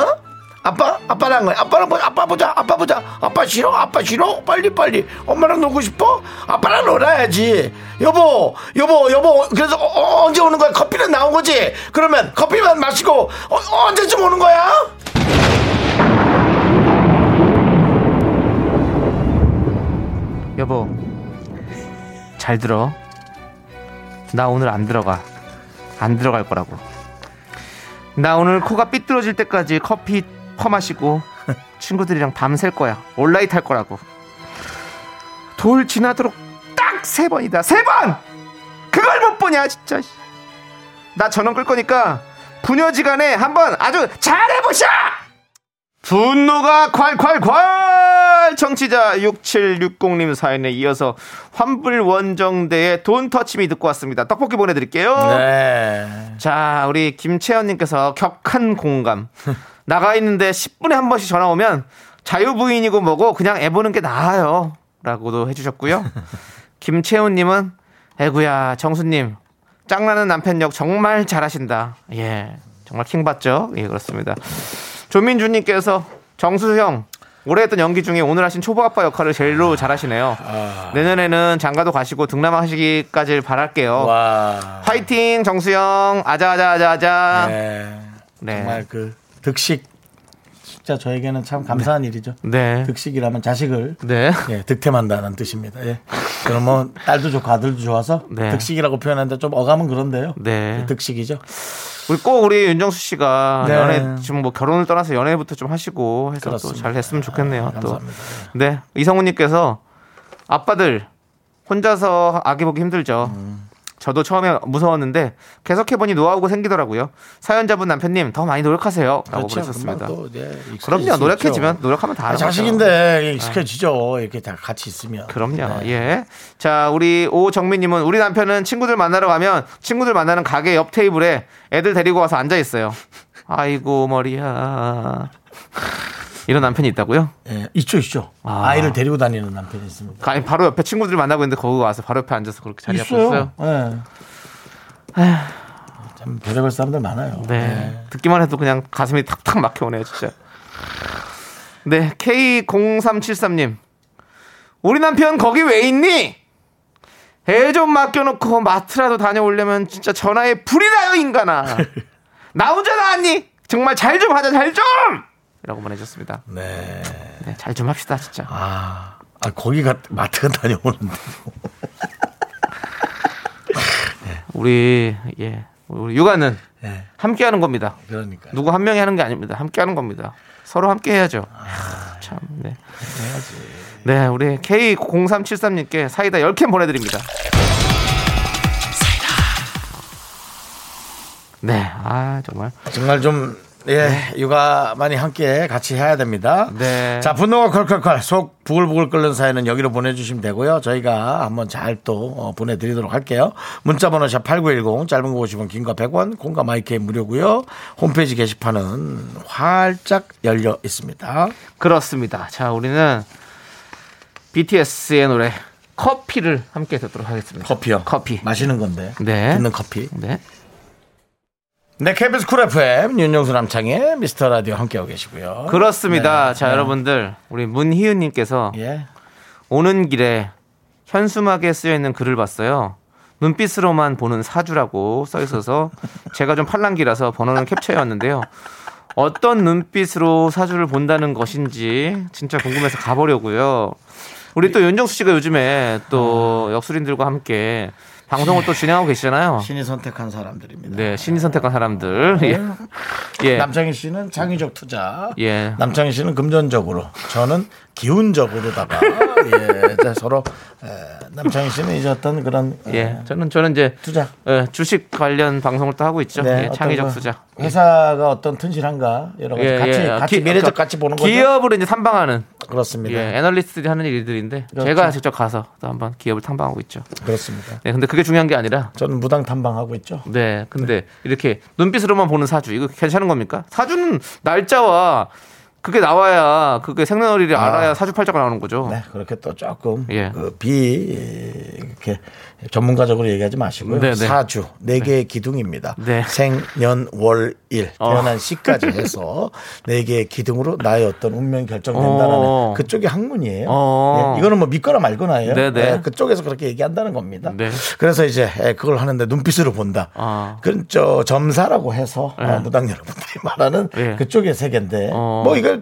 Speaker 1: 아빠 아빠랑 아빠랑 보자 아빠 보자 아빠 보자 아빠 싫어 아빠 싫어 빨리 빨리 엄마랑 놀고 싶어 아빠랑 놀아야지 여보 여보 여보 그래서 어, 어, 언제 오는 거야 커피는 나온 거지 그러면 커피만 마시고 어, 언제쯤 오는 거야
Speaker 2: 여보. 잘 들어. 나 오늘 안 들어가. 안 들어갈 거라고. 나 오늘 코가 삐뚤어질 때까지 커피 퍼마시고 친구들이랑 밤샐 거야. 온라인 탈 거라고. 돌 지나도록 딱 세 번이다. 세 번! 그걸 못 보냐, 진짜. 씨. 나 전원 끌 거니까 부녀지간에 한번 아주 잘해보셔! 분노가 콸콸콸! 청취자 6760님 사연에 이어서 환불원정대의 돈터치미 듣고 왔습니다. 떡볶이 보내드릴게요.
Speaker 1: 네
Speaker 2: 자, 우리 김채연님께서 격한 공감. 나가 있는데 10분에 한 번씩 전화 오면 자유부인이고 뭐고 그냥 애 보는 게 나아요. 라고도 해주셨고요. 김채연님은 애구야, 정수님. 짱나는 남편 역 정말 잘하신다. 예. 정말 킹받죠? 예, 그렇습니다. 조민주님께서 정수 형. 올해 했던 연기 중에 오늘 하신 초보 아빠 역할을 제일로 잘하시네요. 내년에는 장가도 가시고 등남하시기까지
Speaker 1: 어.
Speaker 2: 바랄게요.
Speaker 1: 와
Speaker 2: 화이팅 정수영 아자아자아자아자 네. 네.
Speaker 1: 예. 정말 그 득식 진짜 저에게는 참 감사한 일이죠
Speaker 2: 네.
Speaker 1: 득식이라면 자식을
Speaker 2: 네.
Speaker 1: 예, 득템한다는 뜻입니다. 예. 저는 뭐 딸도 좋고 아들도 좋아서
Speaker 2: 네.
Speaker 1: 득식이라고 표현하는데 좀 어감은 그런데요. 예,
Speaker 2: 네.
Speaker 1: 득식이죠.
Speaker 2: 우리 꼭 우리 윤정수 씨가
Speaker 1: 네.
Speaker 2: 연애 지금 뭐 결혼을 떠나서 연애부터 좀 하시고 해서 또
Speaker 1: 그렇습니다.
Speaker 2: 잘 됐으면 좋겠네요. 아, 또.
Speaker 1: 감사합니다. 예.
Speaker 2: 네. 이성훈 님께서 아빠들 혼자서 아기 보기 힘들죠.
Speaker 1: 음.
Speaker 2: 저도 처음에 무서웠는데 계속해 보니 노하우가 생기더라고요. 사연자분 남편님 더 많이 노력하세요라고 그러셨습니다
Speaker 1: 금방 또, 예, 익숙해질 수
Speaker 2: 그럼요.
Speaker 1: 있죠.
Speaker 2: 노력해지면 노력하면 다
Speaker 1: 아,
Speaker 2: 하는 거죠. 네.
Speaker 1: 자식인데 익숙해지죠. 이렇게 다 같이 있으면.
Speaker 2: 그럼요. 예. 자, 우리 오정민님은 우리 남편은 친구들 만나러 가면 친구들 만나는 가게 옆 테이블에 애들 데리고 와서 앉아 있어요. 아이고 머리야. 이런 남편이 있다고요?
Speaker 1: 예, 있죠, 있죠.
Speaker 2: 아.
Speaker 1: 아. 이를 데리고 다니는 남편이 있습니다.
Speaker 2: 아니 바로 옆에 친구들 만나고 있는데 거기 와서 바로 옆에 앉아서 그렇게 자리 잡고 있어요. 아.
Speaker 1: 있어요. 예. 참 별의별 사람들 많아요.
Speaker 2: 네. 듣기만 해도 그냥 가슴이 탁탁 막혀오네요, 진짜. 네, K0373님. 우리 남편 거기 왜 있니? 애 좀 맡겨놓고 마트라도 다녀오려면 진짜 전화에 불이 나요, 인간아. 나 혼자 나왔니? 정말 잘 좀 하자, 잘 좀! 라고 보내셨습니다.
Speaker 1: 네.
Speaker 2: 네, 잘 좀 합시다, 진짜.
Speaker 1: 아, 아 거기 가 마트 다녀오는데.
Speaker 2: 우리 예 우리 육아는
Speaker 1: 예.
Speaker 2: 함께하는 겁니다.
Speaker 1: 그러니까.
Speaker 2: 누구 한 명이 하는 게 아닙니다. 함께하는 겁니다. 서로 함께해야죠.
Speaker 1: 아,
Speaker 2: 참 네. 네, 우리 K0373님께 사이다 10캔 보내드립니다. 네, 아, 정말.
Speaker 1: 정말 좀, 예, 육아 많이 함께 같이 해야 됩니다.
Speaker 2: 네.
Speaker 1: 자, 분노가 컬컬컬, 속 부글부글 끓는 사연은 여기로 보내주시면 되고요. 저희가 한번 잘 또 어, 보내드리도록 할게요. 문자번호 샵8910, 짧은 거 50원, 긴 거 100원, 공과 마이크 무료고요. 홈페이지 게시판은 활짝 열려 있습니다.
Speaker 2: 그렇습니다. 자, 우리는 BTS의 노래 커피를 함께 듣도록 하겠습니다.
Speaker 1: 커피요.
Speaker 2: 커피.
Speaker 1: 마시는 건데.
Speaker 2: 네.
Speaker 1: 듣는 커피.
Speaker 2: 네.
Speaker 1: 네, KBS 쿨 FM, 윤영수 남창의 미스터 라디오 함께하고 계시고요.
Speaker 2: 그렇습니다.
Speaker 1: 네.
Speaker 2: 자, 여러분들. 우리 문희은 님께서
Speaker 1: 예.
Speaker 2: 오는 길에 현수막에 쓰여 있는 글을 봤어요. 눈빛으로만 보는 사주라고 써 있어서 제가 좀 팔랑기라서 번호는 캡처해왔는데요. 어떤 눈빛으로 사주를 본다는 것인지 진짜 궁금해서 가보려고요. 우리 또 윤정수 씨가 요즘에 또 역술인들과 함께 방송을 또 진행하고 계시잖아요.
Speaker 1: 어. 신이 선택한 사람들입니다.
Speaker 2: 네, 신이 선택한 사람들. 예. 예.
Speaker 1: 남창희 씨는 창의적 투자.
Speaker 2: 예.
Speaker 1: 남창희 씨는 금전적으로, 저는 기운적으로다가 예, 이제 서로 에, 남창희 씨는 이제 어떤 그런 에,
Speaker 2: 예. 저는 저는 이제
Speaker 1: 투자.
Speaker 2: 예, 주식 관련 방송을 또 하고 있죠.
Speaker 1: 네,
Speaker 2: 예,
Speaker 1: 어떤
Speaker 2: 창의적
Speaker 1: 그
Speaker 2: 투자.
Speaker 1: 회사가 어떤 튼실한가 여러 가지 같이
Speaker 2: 아,
Speaker 1: 같이
Speaker 2: 기-
Speaker 1: 미래적
Speaker 2: 그러니까
Speaker 1: 같이 보는 거죠.
Speaker 2: 기업을 이제 탐방하는
Speaker 1: 그렇습니다.
Speaker 2: 예, 애널리스트들이 하는 일들인데
Speaker 1: 그렇죠.
Speaker 2: 제가 직접 가서 또 한번 기업을 탐방하고 있죠.
Speaker 1: 그렇습니다.
Speaker 2: 네, 근데 그게 중요한 게 아니라
Speaker 1: 저는 무당 탐방하고 있죠.
Speaker 2: 네, 근데 이렇게 눈빛으로만 보는 사주 이거 괜찮은 겁니까? 사주는 날짜와 그게 나와야 그게 생년월일이 알아야 사주팔자가 나오는 거죠.
Speaker 1: 네, 그렇게 또 조금
Speaker 2: 예.
Speaker 1: 그 비, 예, 이렇게 전문가적으로 얘기하지 마시고요.
Speaker 2: 네, 네.
Speaker 1: 사주, 네 개의 기둥입니다.
Speaker 2: 네.
Speaker 1: 생, 년, 월, 일, 태어난 시까지 해서 네 개의 기둥으로 나의 어떤 운명이 결정된다는
Speaker 2: 어.
Speaker 1: 그쪽이 학문이에요.
Speaker 2: 어.
Speaker 1: 예, 이거는 뭐 믿거나 말거나예요.
Speaker 2: 네, 네.
Speaker 1: 예, 그쪽에서 그렇게 얘기한다는 겁니다.
Speaker 2: 네.
Speaker 1: 그래서 이제 예, 그걸 하는데 눈빛으로 본다.
Speaker 2: 아.
Speaker 1: 그건 저 점사라고 해서 어, 무당 여러분들이 말하는
Speaker 2: 예.
Speaker 1: 그쪽의 세계인데
Speaker 2: 어.
Speaker 1: 뭐 이거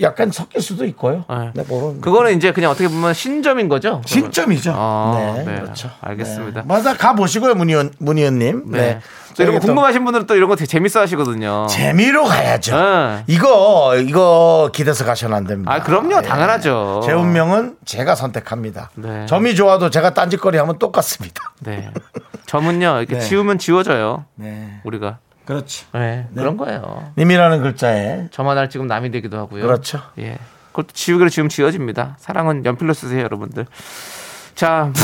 Speaker 1: 약간 섞일 수도 있고요.
Speaker 2: 네.
Speaker 1: 네, 그런
Speaker 2: 그거는 이제 그냥 어떻게 보면 신점인 거죠.
Speaker 1: 신점이죠.
Speaker 2: 아,
Speaker 1: 네,
Speaker 2: 네.
Speaker 1: 그렇죠.
Speaker 2: 알겠습니다.
Speaker 1: 네. 맞아 가 보시고요, 문희연 문희연님.
Speaker 2: 네.
Speaker 1: 네.
Speaker 2: 또 이런 거
Speaker 1: 저희가 또
Speaker 2: 궁금하신 분들은 또 이런 거 되게 재밌어 하시거든요.
Speaker 1: 재미로 가야죠.
Speaker 2: 네.
Speaker 1: 이거 이거 기대서 가셔는 안 됩니다.
Speaker 2: 아, 그럼요.
Speaker 1: 네.
Speaker 2: 당연하죠.
Speaker 1: 제 운명은 제가 선택합니다.
Speaker 2: 네.
Speaker 1: 점이 좋아도 제가 딴짓거리 하면 똑같습니다.
Speaker 2: 네. 점은요, 이렇게
Speaker 1: 네.
Speaker 2: 지우면 지워져요.
Speaker 1: 네, 그렇죠.
Speaker 2: 우리가.
Speaker 1: 그렇지.
Speaker 2: 네. 그런 거예요.
Speaker 1: 님이라는 글자에
Speaker 2: 저만 알 지금 남이 되기도 하고요.
Speaker 1: 그렇죠.
Speaker 2: 예. 그것도 지우기로 지금 지워집니다. 사랑은 연필로 쓰세요, 여러분들. 자.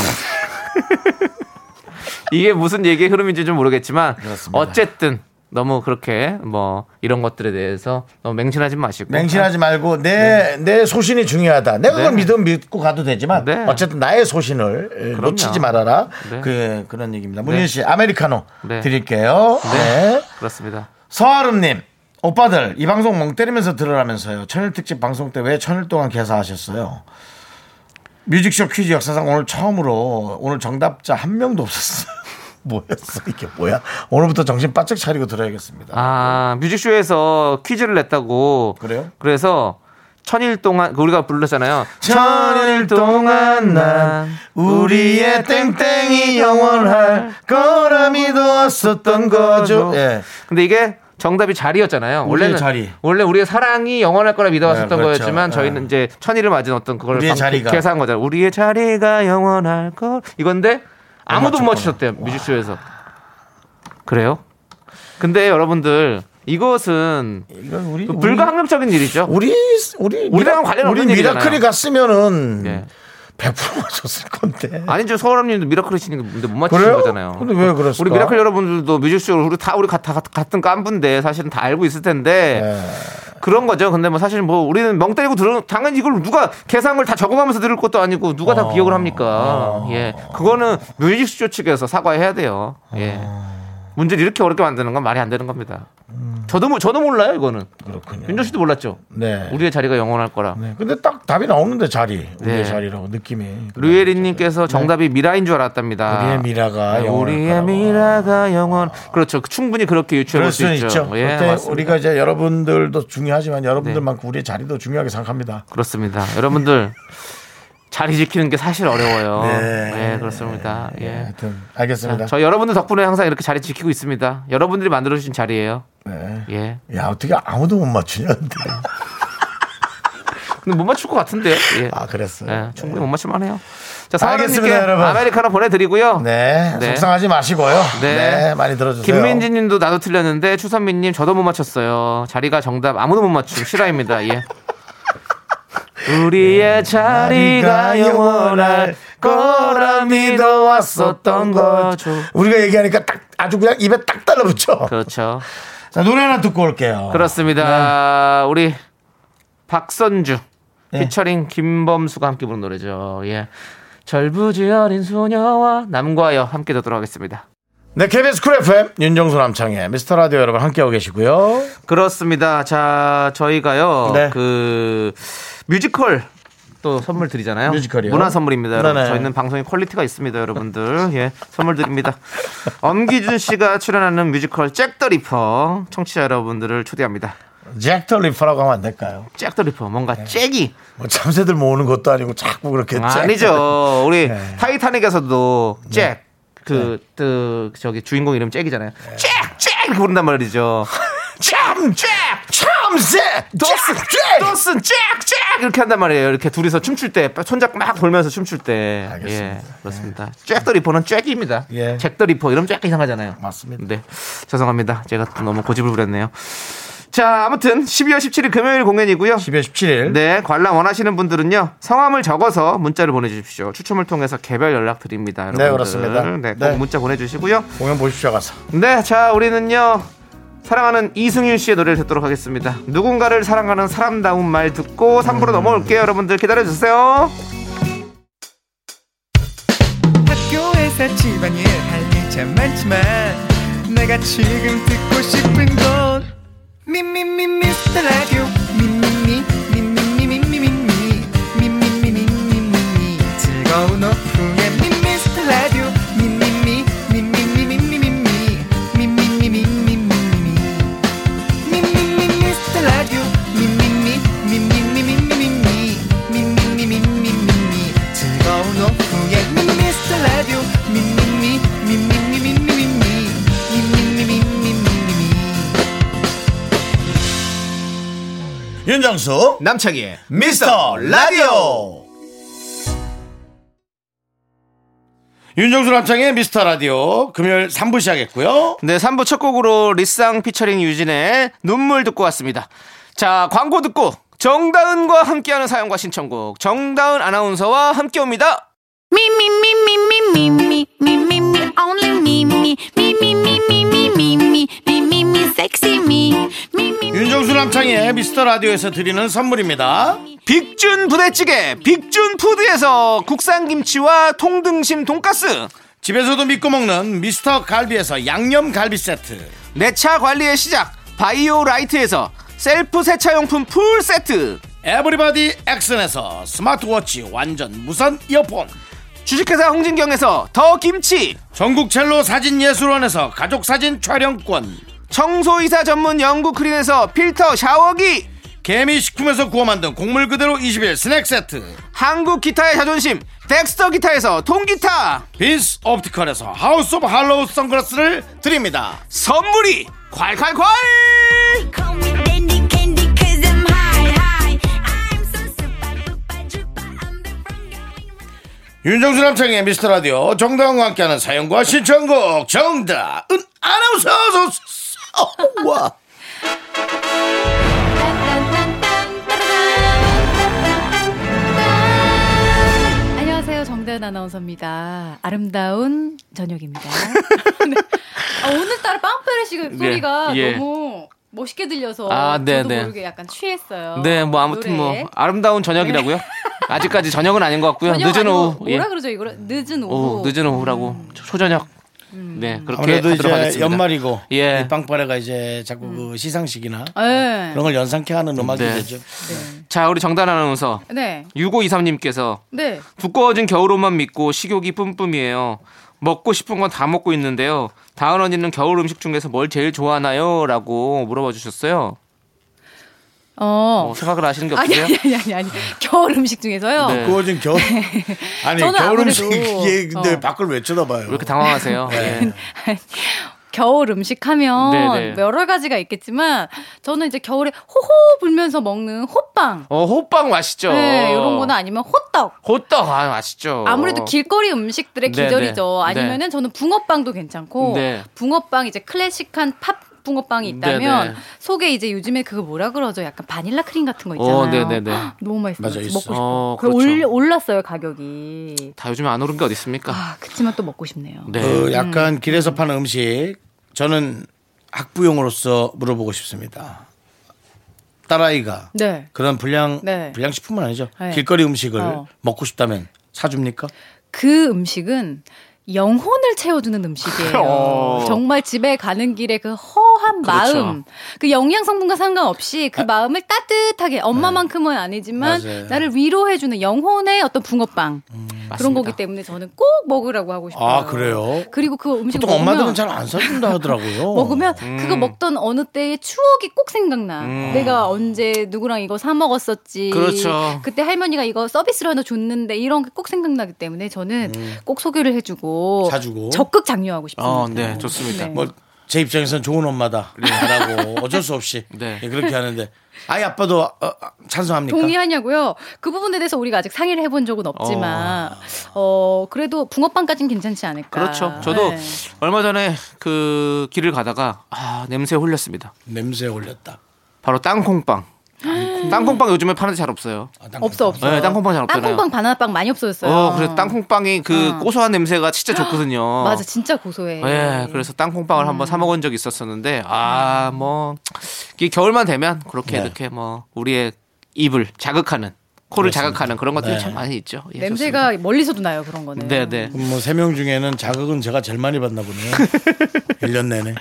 Speaker 2: 이게 무슨 얘기의 흐름인지 좀 모르겠지만
Speaker 1: 그렇습니다.
Speaker 2: 어쨌든 너무 그렇게 뭐 이런 것들에 대해서 너무 맹신하지 마시고
Speaker 1: 맹신하지 말고 내 내 소신이 중요하다. 내가 그걸
Speaker 2: 네.
Speaker 1: 믿으면 믿고 가도 되지만
Speaker 2: 네.
Speaker 1: 어쨌든 나의 소신을 놓치지 말아라.
Speaker 2: 네.
Speaker 1: 그 그런 얘기입니다. 문희 씨 아메리카노
Speaker 2: 네.
Speaker 1: 드릴게요. 네.
Speaker 2: 그렇습니다.
Speaker 1: 서아름님 오빠들 이 방송 멍 때리면서 들으라면서요. 천일 특집 방송 때 왜 천일 동안 개사하셨어요? 뮤직쇼 퀴즈 역사상 오늘 처음으로 오늘 정답자 한 명도 없었어요. 뭐였어 이게 뭐야? 오늘부터 정신 바짝 차리고 들어야겠습니다.
Speaker 2: 아, 뮤직쇼에서 퀴즈를 냈다고.
Speaker 1: 그래요?
Speaker 2: 그래서 천일 동안 그 우리가 불렀잖아요.
Speaker 1: 천일 동안 난 우리의 땡땡이 영원할 거라 믿었었던 거죠. 예.
Speaker 2: 근데 이게 정답이 자리였잖아요. 원래는
Speaker 1: 자리.
Speaker 2: 원래 우리의 사랑이 영원할 거라 믿어왔었던
Speaker 1: 네, 그렇죠.
Speaker 2: 거였지만 저희는
Speaker 1: 예.
Speaker 2: 이제 천일을 맞은 어떤 그걸
Speaker 1: 우리의
Speaker 2: 방-
Speaker 1: 자리가.
Speaker 2: 계산한 거잖아요. 우리의 자리가 영원할 거 이건데 아무도 못 맞추셨대요 뮤직쇼에서. 그래요? 근데 여러분들 이것은
Speaker 1: 이건 우리
Speaker 2: 그 불가항력적인 일이죠.
Speaker 1: 우리 우리
Speaker 2: 우리랑
Speaker 1: 미라-
Speaker 2: 관련
Speaker 1: 우리
Speaker 2: 없는 일이잖아요.
Speaker 1: 미라클이 갔으면은
Speaker 2: 예.
Speaker 1: 100% 맞췄을 건데.
Speaker 2: 아니죠. 서울함님도 미라클이시는데 못 맞추신
Speaker 1: 그래요?
Speaker 2: 거잖아요. 그러니까
Speaker 1: 근데 왜 그랬을까?
Speaker 2: 우리 미라클 여러분들도 뮤직쇼로 우리 다 우리 가- 다 같은 깐부인데 사실은 다 알고 있을 텐데
Speaker 1: 네. 예,
Speaker 2: 그런 거죠. 근데 뭐 사실 뭐 우리는 멍 때리고 들은 당연히 이걸 누가 계산을 다 적어가면서 들을 것도 아니고 누가
Speaker 1: 어.
Speaker 2: 다 기억을 합니까? 예, 그거는 뮤직쇼 측에서 사과해야 돼요. 예,
Speaker 1: 어.
Speaker 2: 문제를 이렇게 어렵게 만드는 건 말이 안 되는 겁니다.
Speaker 1: 음.
Speaker 2: 저도 모- 저도 몰라요 이거는.
Speaker 1: 그렇군요.
Speaker 2: 윤정 씨도 몰랐죠.
Speaker 1: 네.
Speaker 2: 우리의 자리가 영원할 거라.
Speaker 1: 네. 근데 딱 답이 나오는데 자리.
Speaker 2: 네.
Speaker 1: 우리의 자리라고 느낌이.
Speaker 2: 류예린님께서 정답이 미라인 줄 알았답니다.
Speaker 1: 네. 우리의 미라가 영원할
Speaker 2: 아, 네, 우리의
Speaker 1: 거라고.
Speaker 2: 미라가 영원. 그렇죠. 충분히 그렇게 유추해
Speaker 1: 그럴
Speaker 2: 볼 수
Speaker 1: 수는
Speaker 2: 있죠.
Speaker 1: 있죠.
Speaker 2: 예,
Speaker 1: 그때
Speaker 2: 맞습니다. 네.
Speaker 1: 우리가 이제 여러분들도 중요하지만 여러분들만큼 우리의 자리도 중요하게 생각합니다.
Speaker 2: 그렇습니다. 여러분들 자리 지키는 게 사실 어려워요.
Speaker 1: 네.
Speaker 2: 네, 그렇습니다. 예.
Speaker 1: 하여튼 알겠습니다.
Speaker 2: 저 여러분들 덕분에 항상 이렇게 자리 지키고 있습니다. 여러분들이 만들어주신 자리예요.
Speaker 1: 네.
Speaker 2: 예.
Speaker 1: 야 어떻게 아무도 못 맞추냐는데.
Speaker 2: 근데 못 맞출 것 같은데. 예.
Speaker 1: 아 그랬어요.
Speaker 2: 예, 충분히 못 맞출만 해요. 자,
Speaker 1: 알겠습니다,
Speaker 2: 사랑님께
Speaker 1: 여러분.
Speaker 2: 아메리카노 보내드리고요.
Speaker 1: 네,
Speaker 2: 네.
Speaker 1: 속상하지 마시고요. 네.
Speaker 2: 네.
Speaker 1: 많이 들어주세요.
Speaker 2: 김민지 님도 나도 틀렸는데 추선민 님 저도 못 맞췄어요. 자리가 정답 아무도 못 맞춤 실화입니다. 예. 우리의 예, 자리가 영원할 거라 믿어왔었던 거죠.
Speaker 1: 우리가 얘기하니까 딱 아주 그냥 입에 딱 달라붙죠.
Speaker 2: 그렇죠.
Speaker 1: 자 노래 하나 듣고 올게요.
Speaker 2: 그렇습니다. 우리 박선주
Speaker 1: 네.
Speaker 2: 피처링 김범수가 함께 부른 노래죠. 예. 절부지 어린 소녀와 남과 여 함께 듣도록 하겠습니다.
Speaker 1: 네, KBS 쿨 FM 윤정수 남창의 미스터 라디오 여러분 함께하고 계시고요.
Speaker 2: 그렇습니다. 자, 저희가요.
Speaker 1: 네.
Speaker 2: 그 뮤지컬 또 선물 드리잖아요.
Speaker 1: 뮤지컬이요?
Speaker 2: 문화 선물입니다. 여러분.
Speaker 1: 네네.
Speaker 2: 저희는 방송에 퀄리티가 있습니다, 여러분들. 예. 선물 드립니다. 엄기준 씨가 출연하는 뮤지컬 잭 더 리퍼 청취자 여러분들을 초대합니다.
Speaker 1: 잭터 리퍼라고 하면 안 될까요?
Speaker 2: 잭 더 리퍼. 뭔가 잭이
Speaker 1: 뭐 참새들 모으는 것도 아니고 자꾸 그렇게 잭-
Speaker 2: 아니죠. 우리
Speaker 1: 네.
Speaker 2: 타이타닉에서도 잭. 그, 그, 저기 주인공 이름 잭이잖아요.
Speaker 1: 네.
Speaker 2: 잭! 잭! 이렇게 부른단 말이죠.
Speaker 1: 참, 잭, 참새,
Speaker 2: 도슨,
Speaker 1: 잭, 잭.
Speaker 2: 도슨, 잭, 잭 이렇게 한단 말이에요. 이렇게 둘이서 춤출 때 손잡고 막 돌면서 춤출 때.
Speaker 1: 알겠습니다.
Speaker 2: 예, 그렇습니다. 잭더 리퍼는 잭입니다.
Speaker 1: 예.
Speaker 2: 잭더 리퍼 이러면 잭 이상하잖아요.
Speaker 1: 맞습니다.
Speaker 2: 네, 죄송합니다. 제가 또 너무 고집을 부렸네요. 자, 아무튼 12월 17일 금요일 공연이고요.
Speaker 1: 12월 17일.
Speaker 2: 네, 관람 원하시는 분들은요 성함을 적어서 문자를 보내주십시오. 추첨을 통해서 개별 연락 드립니다. 여러분들.
Speaker 1: 그렇습니다.
Speaker 2: 네, 꼭
Speaker 1: 네.
Speaker 2: 문자 보내주시고요.
Speaker 1: 공연 보십시오 가서.
Speaker 2: 네, 자 우리는요 사랑하는 이승윤 씨의 노래를 듣도록 하겠습니다. 누군가를 사랑하는 사람다운 말 듣고 3부로 넘어올게요. 여러분들 기다려 주세요.
Speaker 5: 학교에서 집안일 할 일 참 많지만 내가 지금 듣고 싶은 건 미미미 미스터 라디오 미미미 미미미 미미미 미미미 미미미 즐거운 오후에 미스터 라디오 미미미 미미미 미미미 미미미 미미미
Speaker 1: 윤정수
Speaker 2: 남창희.
Speaker 1: 미스터 라디오. 윤정수 남창의 미스터 라디오 금요일 3부 시작했고요.
Speaker 2: 네, 3부 첫 곡으로 리쌍 피처링 유진의 눈물 듣고 왔습니다. 자, 광고 듣고 정다은과 함께하는 사연과 신청곡 정다은 아나운서와 함께 옵니다.
Speaker 3: Me, me, me, me, me, me, me, me, me, me, only me, me, me, me, me, me, me, me, me, me, me, me, sexy me, me, me, me.
Speaker 1: 윤정수 남창의 미스터 라디오에서 드리는 선물입니다.
Speaker 2: 빅준 부대찌개 빅준 푸드에서 국산 김치와 통등심 돈가스
Speaker 1: 집에서도 믿고 먹는 미스터 갈비에서 양념 갈비 세트.
Speaker 2: 내 차 관리의 시작 바이오 라이트에서 셀프 세차용품 풀 세트
Speaker 1: 에브리바디 액션에서 스마트워치 완전 무선 이어폰.
Speaker 2: 주식회사 홍진경에서 더 김치
Speaker 1: 전국 첼로 사진 예술원에서 가족 사진 촬영권.
Speaker 2: 청소이사 전문 영국 크린에서 필터 샤워기
Speaker 1: 개미 식품에서 구워 만든 곡물 그대로 21 스낵 세트.
Speaker 2: 한국 기타의 자존심 덱스터 기타에서 통기타
Speaker 1: 빈스 옵티컬에서 하우스 오브 할로우 선글라스를 드립니다.
Speaker 2: 선물이 콸콸콸
Speaker 3: Call me dandy candy 'cause I'm high, high. I'm so super duper duper. I'm the front going round.
Speaker 1: 윤정수 남창의 미스터 라디오 정다은과 함께하는 사연과 신청곡 정다은 아나운서 어서 오세요. 와.
Speaker 6: 안녕하세요. 정다은 아나운서입니다. 아름다운 저녁입니다. 네. 아, 오늘따라 빵빠레식 소리가
Speaker 2: 예.
Speaker 6: 너무 멋있게 들려서
Speaker 2: 아, 네,
Speaker 6: 저도
Speaker 2: 네.
Speaker 6: 모르게 약간 취했어요.
Speaker 2: 네 뭐 아무튼
Speaker 6: 노래에. 네.
Speaker 2: 뭐 아름다운 저녁이라고요 아직까지 저녁은 아닌 것 같고요
Speaker 6: 저녁
Speaker 2: 늦은
Speaker 6: 아니고
Speaker 2: 오후 예.
Speaker 6: 뭐라 그러죠? 이거 늦은 오후.
Speaker 2: 오후 늦은 오후라고 초저녁
Speaker 6: 음.
Speaker 2: 네 그렇게
Speaker 1: 아무래도
Speaker 2: 하도록
Speaker 1: 이제
Speaker 2: 하겠습니다.
Speaker 1: 연말이고
Speaker 2: 예.
Speaker 1: 이 빵빠레가 이제 자꾸 그 시상식이나
Speaker 6: 네.
Speaker 1: 그런 걸 연상케 하는 음악이
Speaker 2: 네.
Speaker 1: 되죠.
Speaker 2: 자 우리 정단 아나운서
Speaker 6: 네.
Speaker 2: 6523님께서
Speaker 6: 네.
Speaker 2: 두꺼워진 겨울옷만 믿고 식욕이 뿜뿜이에요. 먹고 싶은 건 다 먹고 있는데요. 다은 언니는 겨울 음식 중에서 뭘 제일 좋아하나요? 라고 물어봐 주셨어요.
Speaker 6: 어.
Speaker 2: 뭐 생각을 하시는 게
Speaker 6: 아니,
Speaker 2: 없으세요?
Speaker 6: 아니, 아니, 아니, 아니. 겨울 음식 중에서요.
Speaker 2: 네.
Speaker 1: 그거 지금 겨울 아니
Speaker 6: 어, 저는
Speaker 1: 겨울 음식
Speaker 6: 아무래도-
Speaker 1: 이게 근데
Speaker 6: 어.
Speaker 1: 밖을 왜 쳐다봐요?
Speaker 2: 왜 이렇게 당황하세요?
Speaker 6: 네.
Speaker 2: 예.
Speaker 6: 겨울 음식 하면
Speaker 2: 네, 네.
Speaker 6: 여러 가지가 있겠지만 저는 이제 겨울에 호호 불면서 먹는 호빵.
Speaker 2: 어, 호빵 맛있죠.
Speaker 6: 네, 이런 거나 아니면 호떡.
Speaker 2: 호떡 아 맛있죠.
Speaker 6: 아무래도 길거리 음식들의
Speaker 2: 네,
Speaker 6: 기절이죠.
Speaker 2: 네.
Speaker 6: 아니면은 저는 붕어빵도 괜찮고
Speaker 2: 네.
Speaker 6: 붕어빵 이제 클래식한 팝 붕어빵이 있다면
Speaker 2: 네, 네.
Speaker 6: 속에 이제 요즘에 그거 뭐라 그러죠? 약간 바닐라 크림 같은 거 있잖아요.
Speaker 2: 어, 네, 네, 네.
Speaker 6: 헉, 너무 맛있어요.
Speaker 1: 맞아, 있어.
Speaker 6: 먹고 싶어.
Speaker 2: 어,
Speaker 6: 그걸
Speaker 2: 그렇죠.
Speaker 6: 올- 올랐어요 가격이.
Speaker 2: 다 요즘에 안 오른 게 어디 있습니까?
Speaker 6: 아 그치만 또 먹고 싶네요.
Speaker 2: 그러니까. 네.
Speaker 1: 그 약간 길에서 파는 음식 저는 학부용으로서 물어보고 싶습니다. 딸아이가
Speaker 6: 네.
Speaker 1: 그런 불량
Speaker 6: 네.
Speaker 1: 불량식품은 아니죠.
Speaker 6: 네.
Speaker 1: 길거리 음식을
Speaker 6: 어.
Speaker 1: 먹고 싶다면 사줍니까?
Speaker 6: 그 음식은 영혼을 채워주는 음식이에요.
Speaker 2: 어.
Speaker 6: 정말 집에 가는 길에 그 허한
Speaker 2: 그렇죠.
Speaker 6: 마음, 그 영양 성분과 상관없이 그 마음을 따뜻하게 엄마만큼은 아니지만
Speaker 1: 아. 네. 맞아요. 음.
Speaker 6: 나를 위로해주는 영혼의 어떤 붕어빵 그런
Speaker 2: 맞습니다.
Speaker 6: 거기 때문에 저는 꼭 먹으라고 하고 싶어요.
Speaker 1: 아, 그래요?
Speaker 6: 그리고 그 음식
Speaker 1: 보통
Speaker 6: 먹으면
Speaker 1: 엄마들은 잘 안 사준다 하더라고요.
Speaker 6: 먹으면 그거
Speaker 2: 음.
Speaker 6: 먹던 어느 때의 추억이 꼭 생각나. 내가 언제 누구랑 이거 사 먹었었지.
Speaker 2: 그렇죠.
Speaker 6: 그때 할머니가 이거 서비스로 하나 줬는데 이런 게 꼭 생각나기 때문에 저는 꼭 소개를 해주고
Speaker 1: 사주고.
Speaker 6: 적극 장려하고 싶습니다.
Speaker 2: 음. 어, 네, 좋습니다.
Speaker 6: 네.
Speaker 1: 뭐 제 입장에선 좋은 엄마다라고 어쩔 수 없이
Speaker 2: 네.
Speaker 1: 예, 그렇게 하는데 아이 아빠도 어, 어, 찬성합니까?
Speaker 6: 동의하냐고요? 그 부분에 대해서 우리가 아직 상의를 해본 적은 없지만, 어, 그래도 붕어빵까지는 괜찮지 않을까.
Speaker 2: 그렇죠. 저도
Speaker 6: 네.
Speaker 2: 얼마 전에 그 길을 가다가 아 냄새 에 홀렸습니다.
Speaker 1: 냄새에 올렸다.
Speaker 2: 바로 땅콩빵.
Speaker 6: 음.
Speaker 2: 땅콩빵 요즘에 파는데 잘 없어요.
Speaker 1: 아, 땅콩.
Speaker 6: 없어 없어.
Speaker 2: 네, 땅콩빵 잘 없잖아요.
Speaker 6: 땅콩빵 바나나빵 많이 없어졌어요.
Speaker 2: 어, 그래서 땅콩빵이 그
Speaker 6: 어.
Speaker 2: 고소한 냄새가 진짜 좋거든요.
Speaker 6: 맞아, 진짜 고소해.
Speaker 2: 예, 그래서 땅콩빵을
Speaker 6: 음.
Speaker 2: 한번 사 먹은 적이 있었었는데 아, 뭐 이게 겨울만 되면 그렇게
Speaker 1: 네.
Speaker 2: 이렇게 뭐 우리의 입을 자극하는 코를
Speaker 1: 그렇습니다.
Speaker 2: 자극하는 그런 것들이
Speaker 1: 네.
Speaker 2: 참 많이 있죠. 예,
Speaker 6: 냄새가 음. 멀리서도 나요 그런 거는.
Speaker 2: 좋습니다. 네, 네.
Speaker 1: 뭐 세 명 중에는 자극은 제가 제일 많이 받나 보네요. 1년 내내.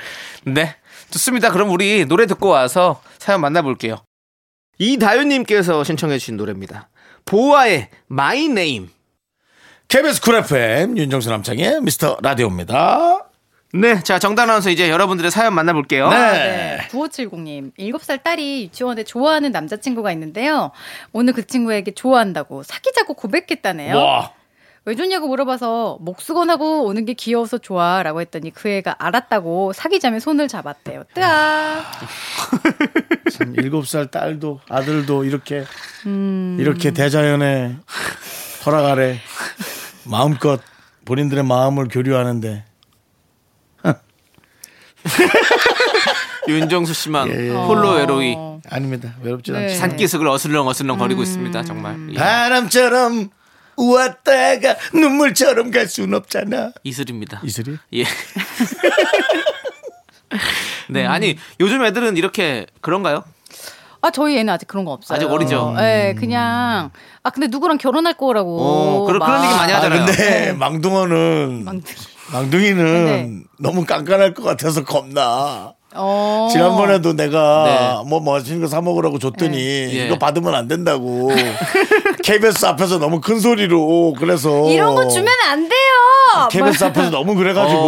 Speaker 2: 네. 좋습니다. 그럼 우리 노래 듣고 와서 사연 만나볼게요. 이다윤님께서 신청해주신 노래입니다. 보아의 마이 네임.
Speaker 1: KBS 쿨 FM 윤정수 남창의 미스터 라디오입니다.
Speaker 2: 네. 자, 정답 나와서 이제 여러분들의 사연 만나볼게요.
Speaker 6: 아, 네. 9570님, 7살 딸이 유치원에 좋아하는 남자친구가 있는데요. 오늘 그 친구에게 좋아한다고 사귀자고 고백했다네요.
Speaker 1: 와.
Speaker 6: 왜 좋냐고 물어봐서 목수건하고 오는 게 귀여워서 좋아 라고 했더니 그 애가 알았다고 사귀자면 손을 잡았대요. 뜨아.
Speaker 1: 참 음, 7살 딸도 아들도 이렇게
Speaker 6: 음.
Speaker 1: 이렇게 대자연에 허락 아래 마음껏 본인들의 마음을 교류하는데
Speaker 2: 윤정수 씨만
Speaker 1: 예.
Speaker 2: 홀로 외로이
Speaker 6: 어.
Speaker 1: 아닙니다. 외롭지
Speaker 6: 네.
Speaker 1: 않지.
Speaker 2: 산기슭을 어슬렁 어슬렁
Speaker 6: 음.
Speaker 2: 거리고 있습니다. 정말.
Speaker 1: 네.
Speaker 2: 예.
Speaker 1: 바람처럼 왔다가 눈물처럼 갈 순 없잖아.
Speaker 2: 이슬입니다.
Speaker 1: 이슬이?
Speaker 2: 예. 네,
Speaker 1: 음.
Speaker 2: 아니 요즘 애들은 이렇게 그런가요?
Speaker 6: 아, 저희 애는 아직 그런 거 없어요.
Speaker 2: 아직 어리죠? 음.
Speaker 6: 네, 그냥. 아, 근데 누구랑 결혼할 거라고.
Speaker 2: 어, 그런- 그런
Speaker 6: 막.
Speaker 2: 얘기 많이
Speaker 1: 아
Speaker 2: 하잖아요.
Speaker 1: 근데 망둥어는 망둥이는
Speaker 6: 네.
Speaker 1: 너무 깐깐할 것 같아서 겁나.
Speaker 6: 어. 네.
Speaker 1: 지난번에도 내가 뭐 멋있는 거 사 먹으라고 줬더니
Speaker 2: 예.
Speaker 1: 이거 받으면 안 된다고 KBS 앞에서 너무 큰 소리로 그래서
Speaker 6: 이런 거 주면 안 돼요!
Speaker 1: KBS 앞에서 너무 그래가지고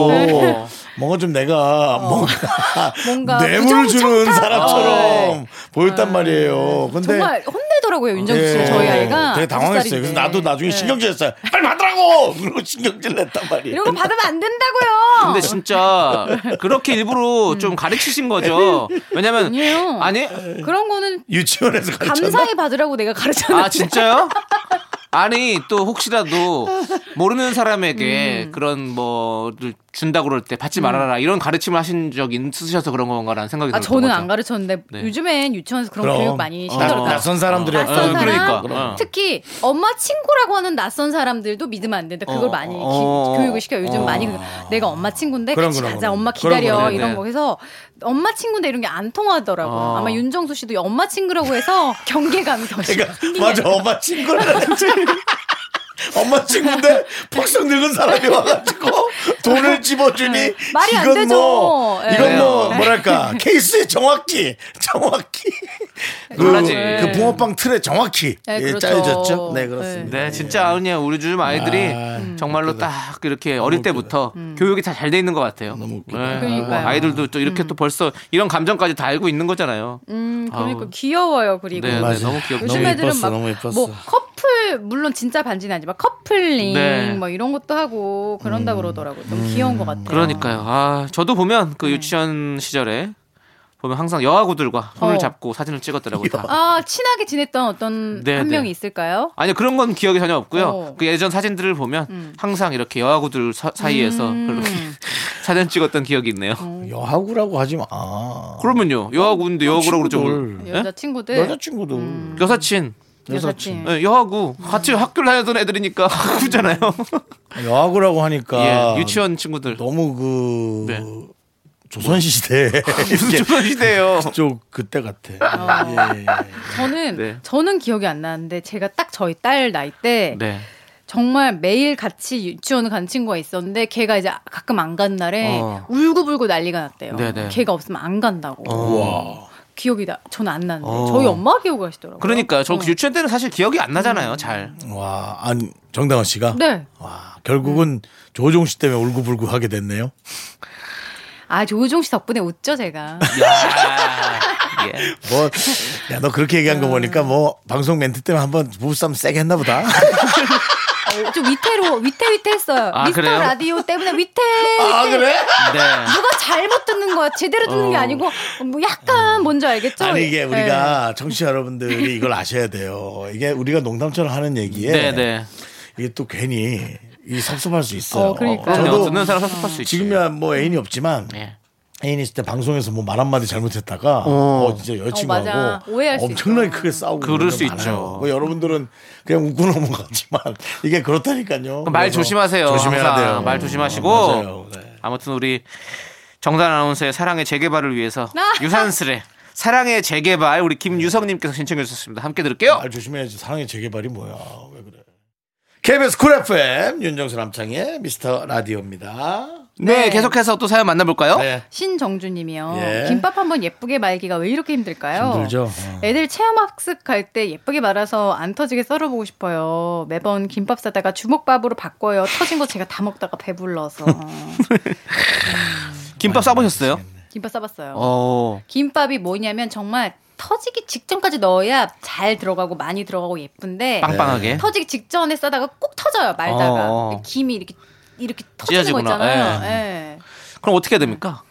Speaker 2: 어.
Speaker 1: 뭔가 좀 내가 뭔가,
Speaker 6: 어. 뭔가
Speaker 1: 뇌물을 주는
Speaker 6: 부정착각?
Speaker 1: 사람처럼 보였단 말이에요. 근데
Speaker 6: 정말 혼내더라고요, 윤정수 씨.
Speaker 1: 예.
Speaker 6: 저희 아이가.
Speaker 1: 되게 당황했어요. 그래서
Speaker 6: 다섯 살인데.
Speaker 1: 나도 나중에
Speaker 6: 네.
Speaker 1: 신경질했어요. 빨리 받으라고 그리고 신경질 냈단 말이에요.
Speaker 6: 이런 거 받으면 안 된다고요.
Speaker 2: 근데 진짜 그렇게 일부러 좀 가르치신 거죠. 왜냐면
Speaker 6: 아니에요.
Speaker 2: 아니
Speaker 6: 그런 거는
Speaker 1: 유치원에서 가르쳤나?
Speaker 6: 감사히 받으라고 내가 가르쳤는데.
Speaker 2: 아 진짜요? 아니 또 혹시라도 모르는 사람에게
Speaker 6: 음.
Speaker 2: 그런 뭐를 준다 고 그럴 때 받지 말아라 이런 가르침을 하신 적 있으셔서 그런 건가라는 생각이
Speaker 6: 아,
Speaker 2: 들었던
Speaker 6: 저는
Speaker 2: 거죠.
Speaker 6: 안 가르쳤는데
Speaker 2: 네.
Speaker 6: 요즘엔 유치원에서 그런 교육 많이
Speaker 1: 나-
Speaker 6: 시더라고요.
Speaker 1: 어. 낯선 사람들이
Speaker 6: 낯선
Speaker 2: 어,
Speaker 6: 사람,
Speaker 2: 그러니까. 어.
Speaker 6: 특히 엄마 친구라고 하는 낯선 사람들도 믿으면 안 된다. 그걸
Speaker 2: 어,
Speaker 6: 많이 기-
Speaker 2: 어,
Speaker 6: 교육을 시켜. 요즘
Speaker 2: 어.
Speaker 6: 많이 그- 내가 엄마 친구인데
Speaker 1: 그런,
Speaker 6: 같이
Speaker 1: 그런,
Speaker 6: 가자.
Speaker 1: 그런.
Speaker 6: 엄마
Speaker 1: 그런,
Speaker 6: 기다려
Speaker 2: 그런,
Speaker 6: 이런
Speaker 2: 네.
Speaker 6: 거 해서 엄마 친구인데 이런 게 안 통하더라고요.
Speaker 2: 어.
Speaker 6: 아마 윤정수 씨도 엄마 친구라고 해서 경계감이 더 심해.
Speaker 1: 그러니까 맞아 엄마 친구라 엄마 친구인데 퍽성 늙은 사람이 와가지고 돈을 집어주니
Speaker 6: 네. 말이 안
Speaker 1: 이건
Speaker 6: 되죠.
Speaker 1: 뭐
Speaker 6: 예.
Speaker 1: 이건 뭐
Speaker 2: 네.
Speaker 1: 뭐랄까 케이스의 정확히 정확히 그,
Speaker 2: 놀라지.
Speaker 1: 그 붕어빵 틀에 정확히
Speaker 6: 네,
Speaker 1: 예,
Speaker 6: 그렇죠.
Speaker 1: 짜여졌죠. 네 그렇습니다.
Speaker 2: 네, 진짜 아니야. 우리 요즘 아이들이
Speaker 6: 음.
Speaker 2: 정말로 딱 이렇게 어릴 때부터 교육이 다 잘 돼 있는 것 같아요.
Speaker 1: 너무 웃기다.
Speaker 2: 네,
Speaker 6: 그러니까요.
Speaker 2: 아이들도 또 이렇게 또 벌써 이런 감정까지 다 알고 있는 거잖아요.
Speaker 6: 음, 그러니까
Speaker 2: 아우.
Speaker 6: 귀여워요. 그리고
Speaker 2: 네,
Speaker 1: 맞아요.
Speaker 2: 네, 너무 귀엽죠.
Speaker 6: 요즘
Speaker 1: 너무
Speaker 6: 애들은
Speaker 1: 예뻤어, 너무 예뻤어.
Speaker 6: 막 뭐 커플 물론 진짜 반지는 아니지만 커플링
Speaker 2: 네. 음.
Speaker 6: 뭐 이런 것도 하고 그런다 그러더라고요. 너무 귀여운 것 같아요.
Speaker 2: 그러니까요. 아, 저도 보면
Speaker 6: 네.
Speaker 2: 그 유치원 시절에 보면 항상 여아구들과 손을
Speaker 6: 어.
Speaker 2: 잡고 사진을 찍었더라고요. 다.
Speaker 6: 아 친하게 지냈던 어떤
Speaker 2: 네,
Speaker 6: 한
Speaker 2: 네.
Speaker 6: 명이 있을까요?
Speaker 2: 아니요 그런 건 기억이 전혀 없고요.
Speaker 6: 어. 음.
Speaker 2: 그 예전 사진들을 보면 항상 이렇게 여하구들 사, 이에서 그렇게 사진 찍었던 기억이 있네요.
Speaker 6: 어.
Speaker 1: 뭐 여하구라고 하지 마. 아,
Speaker 2: 그러면요 여하구인데 여하구라고 그러죠.
Speaker 1: 친구들.
Speaker 2: 예?
Speaker 6: 여자 친구들
Speaker 1: 여자친구도
Speaker 6: 음.
Speaker 2: 여사친.
Speaker 6: 여사친.
Speaker 2: 예, 여하구 같이 학교 를 다녔던 애들이니까 하구잖아요.
Speaker 1: 여하구라고 하니까
Speaker 2: 예, 유치원 친구들
Speaker 1: 너무 그
Speaker 2: 네. 뭐,
Speaker 1: 조선시대
Speaker 2: 무슨 조선 시대예요.
Speaker 1: 쪽 그때
Speaker 6: 어.
Speaker 1: 같아. 예, 예.
Speaker 6: 저는
Speaker 2: 네.
Speaker 6: 저는 기억이 안 나는데 제가 딱 저희 딸 나이 때
Speaker 2: 네.
Speaker 6: 정말 매일 같이 유치원을 간 친구가 있었는데 걔가 이제 가끔 안 간 날에
Speaker 2: 어.
Speaker 6: 울고불고 난리가 났대요.
Speaker 2: 네네.
Speaker 6: 걔가 없으면 안 간다고.
Speaker 1: 어.
Speaker 6: 기억이 나. 저는 안 나는데
Speaker 2: 어.
Speaker 6: 저희 엄마 기억하시더라고요.
Speaker 2: 그러니까 저그 유치원 때는 사실 기억이 안 나잖아요. 잘.
Speaker 1: 와, 안 정다은 씨가
Speaker 6: 네.
Speaker 1: 와, 결국은 조종 씨 때문에 울고불고 하게 됐네요.
Speaker 6: 아 조우종 씨 덕분에 웃죠 제가.
Speaker 2: 야. 예.
Speaker 1: 뭐, 야, 너 그렇게 얘기한 거 보니까 뭐 방송 멘트 때문에 한번 부부싸움 세게 했나 보다.
Speaker 6: 어, 좀 위태로 위태위태했어요.
Speaker 2: 아,
Speaker 6: 미스터
Speaker 2: 그래요?
Speaker 6: 라디오 때문에 위태.
Speaker 1: 아, 그래?
Speaker 2: 네.
Speaker 6: 누가 잘못 듣는 거야. 제대로 듣는 게
Speaker 2: 어.
Speaker 6: 아니고 뭐 약간 뭔지 알겠죠?
Speaker 1: 아니 이게
Speaker 6: 네.
Speaker 1: 우리가 청취자 여러분들이 이걸 아셔야 돼요. 이게 우리가 농담처럼 하는 얘기에
Speaker 2: 네, 네.
Speaker 1: 이게 또 괜히 이 섭섭할 수 있어요.
Speaker 6: 어, 그러니까요.
Speaker 2: 저도
Speaker 1: 저도
Speaker 2: 듣는 사람 섭섭할 수 있지.
Speaker 1: 지금이야 뭐 애인이 없지만
Speaker 2: 예.
Speaker 1: 애인이 있을 때 방송에서 뭐 말 한마디 잘못했다가 어,
Speaker 2: 어.
Speaker 1: 진짜
Speaker 6: 어, 맞아.
Speaker 1: 여자친구하고
Speaker 6: 오해할 수
Speaker 1: 엄청나게
Speaker 6: 있죠.
Speaker 1: 크게 싸우고
Speaker 2: 그럴
Speaker 1: 그런
Speaker 2: 수
Speaker 1: 게
Speaker 2: 있죠.
Speaker 1: 많아요. 뭐 여러분들은 그냥 웃고 넘어가지만 이게 그렇다니까요.
Speaker 2: 그럼 말
Speaker 1: 그래서
Speaker 2: 조심하세요.
Speaker 1: 조심해야
Speaker 2: 항상.
Speaker 1: 돼요.
Speaker 2: 말 조심하시고.
Speaker 1: 맞아요. 네.
Speaker 2: 아무튼 우리 정단 아나운서의 사랑의 재개발을 위해서
Speaker 6: 아.
Speaker 2: 유산슬에 사랑의 재개발 우리 김유성님께서 신청해 주셨습니다. 함께 들을게요.
Speaker 1: 말 조심해야지. 사랑의 재개발이 뭐야? 왜 그래? KBS 쿨 FM 윤정수 남창의 미스터 라디오입니다.
Speaker 2: 네, 계속해서 또 사연 만나볼까요?
Speaker 1: 네.
Speaker 6: 신정주님이요.
Speaker 1: 예.
Speaker 6: 김밥 한번 예쁘게 말기가 왜 이렇게 힘들까요?
Speaker 1: 힘들죠.
Speaker 2: 어.
Speaker 6: 애들 체험학습 갈 때 예쁘게 말아서 안 터지게 썰어보고 싶어요. 매번 김밥 사다가 주먹밥으로 바꿔요. 터진 거 제가 다 먹다가 배불러서
Speaker 2: 김밥 싸보셨어요?
Speaker 6: 김밥 싸봤어요.
Speaker 2: 어.
Speaker 6: 김밥이 뭐냐면 정말 터지기 직전까지 넣어야 잘 들어가고 많이 들어가고 예쁜데
Speaker 2: 빵빵하게. 네.
Speaker 6: 터지기 직전에 싸다가 꼭 터져요 말다가
Speaker 2: 어, 어.
Speaker 6: 김이 이렇게 이렇게 터지는 거
Speaker 2: 찢어지구나.
Speaker 6: 있잖아요.
Speaker 2: 예.
Speaker 6: 예.
Speaker 2: 그럼 어떻게 해야 됩니까?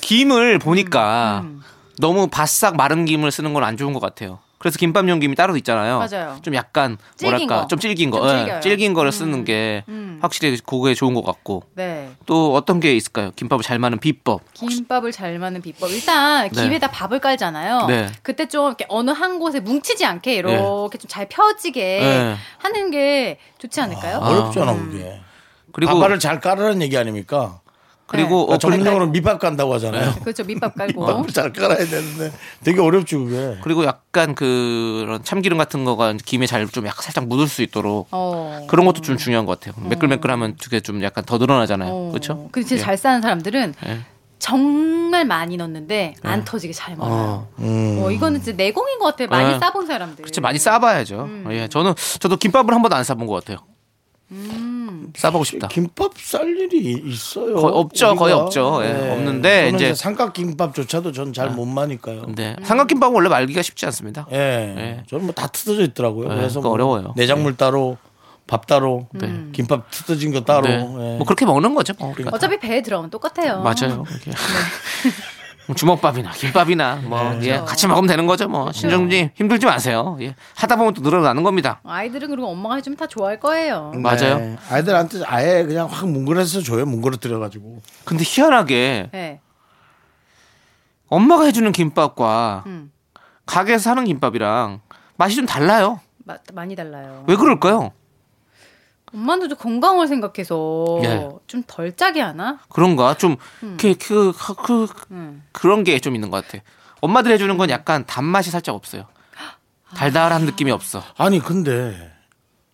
Speaker 2: 김을 보니까
Speaker 6: 음,
Speaker 2: 너무 바싹 마른 김을 쓰는 건 안 좋은 것 같아요. 그래서 김밥용 김이 따로 있잖아요.
Speaker 6: 맞아요.
Speaker 2: 좀 약간
Speaker 6: 질긴
Speaker 2: 뭐랄까
Speaker 6: 거.
Speaker 2: 좀 질긴 거,
Speaker 6: 좀
Speaker 2: 예,
Speaker 6: 질겨요.
Speaker 2: 질긴 거를 쓰는 게
Speaker 6: 음.
Speaker 2: 확실히 그거에 좋은 것 같고
Speaker 6: 네.
Speaker 2: 또 어떤 게 있을까요? 김밥을 잘 마는 비법.
Speaker 6: 김밥을 잘 마는 비법. 일단
Speaker 2: 네.
Speaker 6: 김에다 밥을 깔잖아요.
Speaker 2: 네.
Speaker 6: 그때 좀 이렇게 어느 한 곳에 뭉치지 않게 이렇게 좀 잘 펴지게
Speaker 2: 네.
Speaker 6: 하는 게 좋지 않을까요?
Speaker 1: 어렵잖아 그게.
Speaker 2: 음. 그리고
Speaker 1: 밥알을 잘 깔으라는 얘기 아닙니까? 그러니까
Speaker 2: 그리고 어, 네. 그리-
Speaker 1: 전문용어로 밑밥 간다고 하잖아요.
Speaker 6: 그렇죠. 밑밥 깔고.
Speaker 1: 밥을 잘 깔아야 되는데 되게 어렵지 그게.
Speaker 2: 그리고 약간 그런 참기름 같은 거가 김에 잘 좀 약간 살짝 묻을 수 있도록
Speaker 6: 어.
Speaker 2: 그런 것도 좀 중요한 것 같아요. 매끌매끌하면 그게 좀 약간 더 늘어나잖아요.
Speaker 6: 어.
Speaker 2: 그렇죠?
Speaker 6: 근데 진짜 잘 싸는 사람들은
Speaker 2: 예. 네.
Speaker 6: 정말 많이 넣는데 안 터지게 잘 먹어요. 어, 이거는 진짜 내공인 것 같아요. 많이
Speaker 2: 네.
Speaker 6: 싸본 사람들.
Speaker 2: 그치 많이 싸봐야죠.
Speaker 6: 음.
Speaker 2: 예, 저는 저도 김밥을 한 번도 안 싸본 것 같아요.
Speaker 6: 음.
Speaker 2: 싸보고 싶다.
Speaker 1: 김밥 쌀 일이 있어요. 네.
Speaker 2: 거의 없죠, 거의 없죠. 예, 없는데
Speaker 1: 저는
Speaker 2: 이제- 아.
Speaker 1: 삼각김밥조차도 전 잘 못 마니까요.
Speaker 2: 네, 삼각김밥은 원래 말기가 쉽지 않습니다.
Speaker 1: 예. 저는 뭐 다 뜯어져 있더라고요.
Speaker 2: 예,
Speaker 1: 그래서
Speaker 2: 그거
Speaker 1: 뭐
Speaker 2: 어려워요. 예.
Speaker 1: 내장물 따로 밥 따로 음.
Speaker 2: 네.
Speaker 1: 김밥 뜯어진 거 따로.
Speaker 2: 네.
Speaker 1: 예.
Speaker 2: 뭐 그렇게 먹는 거죠. 뭐. 우리가.
Speaker 6: 어차피 배에 들어가면 똑같아요.
Speaker 2: 맞아요. 이렇게. 주먹밥이나 김밥이나 뭐 예, 같이 먹으면 되는 거죠. 뭐 신정님 힘들지 마세요. 예, 하다 보면 또 늘어나는 겁니다.
Speaker 6: 아이들은 그리고 엄마가 해주면 다 좋아할 거예요.
Speaker 2: 맞아요.
Speaker 1: 네. 아이들한테 아예 그냥 확 뭉그러서 줘요. 뭉그러뜨려 가지고.
Speaker 2: 근데 희한하게
Speaker 6: 네.
Speaker 2: 엄마가 해주는 김밥과
Speaker 6: 음.
Speaker 2: 가게에서 사는 김밥이랑 맛이 좀 달라요.
Speaker 6: 마- 많이 달라요.
Speaker 2: 왜 그럴까요?
Speaker 6: 엄마도 좀 건강을 생각해서
Speaker 2: 예.
Speaker 6: 좀 덜 짜게 하나?
Speaker 2: 그런가 좀 그, 그, 그, 그,
Speaker 6: 음.
Speaker 2: 그런 게 좀 있는 것 같아. 엄마들이 해주는
Speaker 6: 아.
Speaker 2: 건 약간 단맛이 살짝 없어요. 달달한 느낌이 없어.
Speaker 1: 아니 근데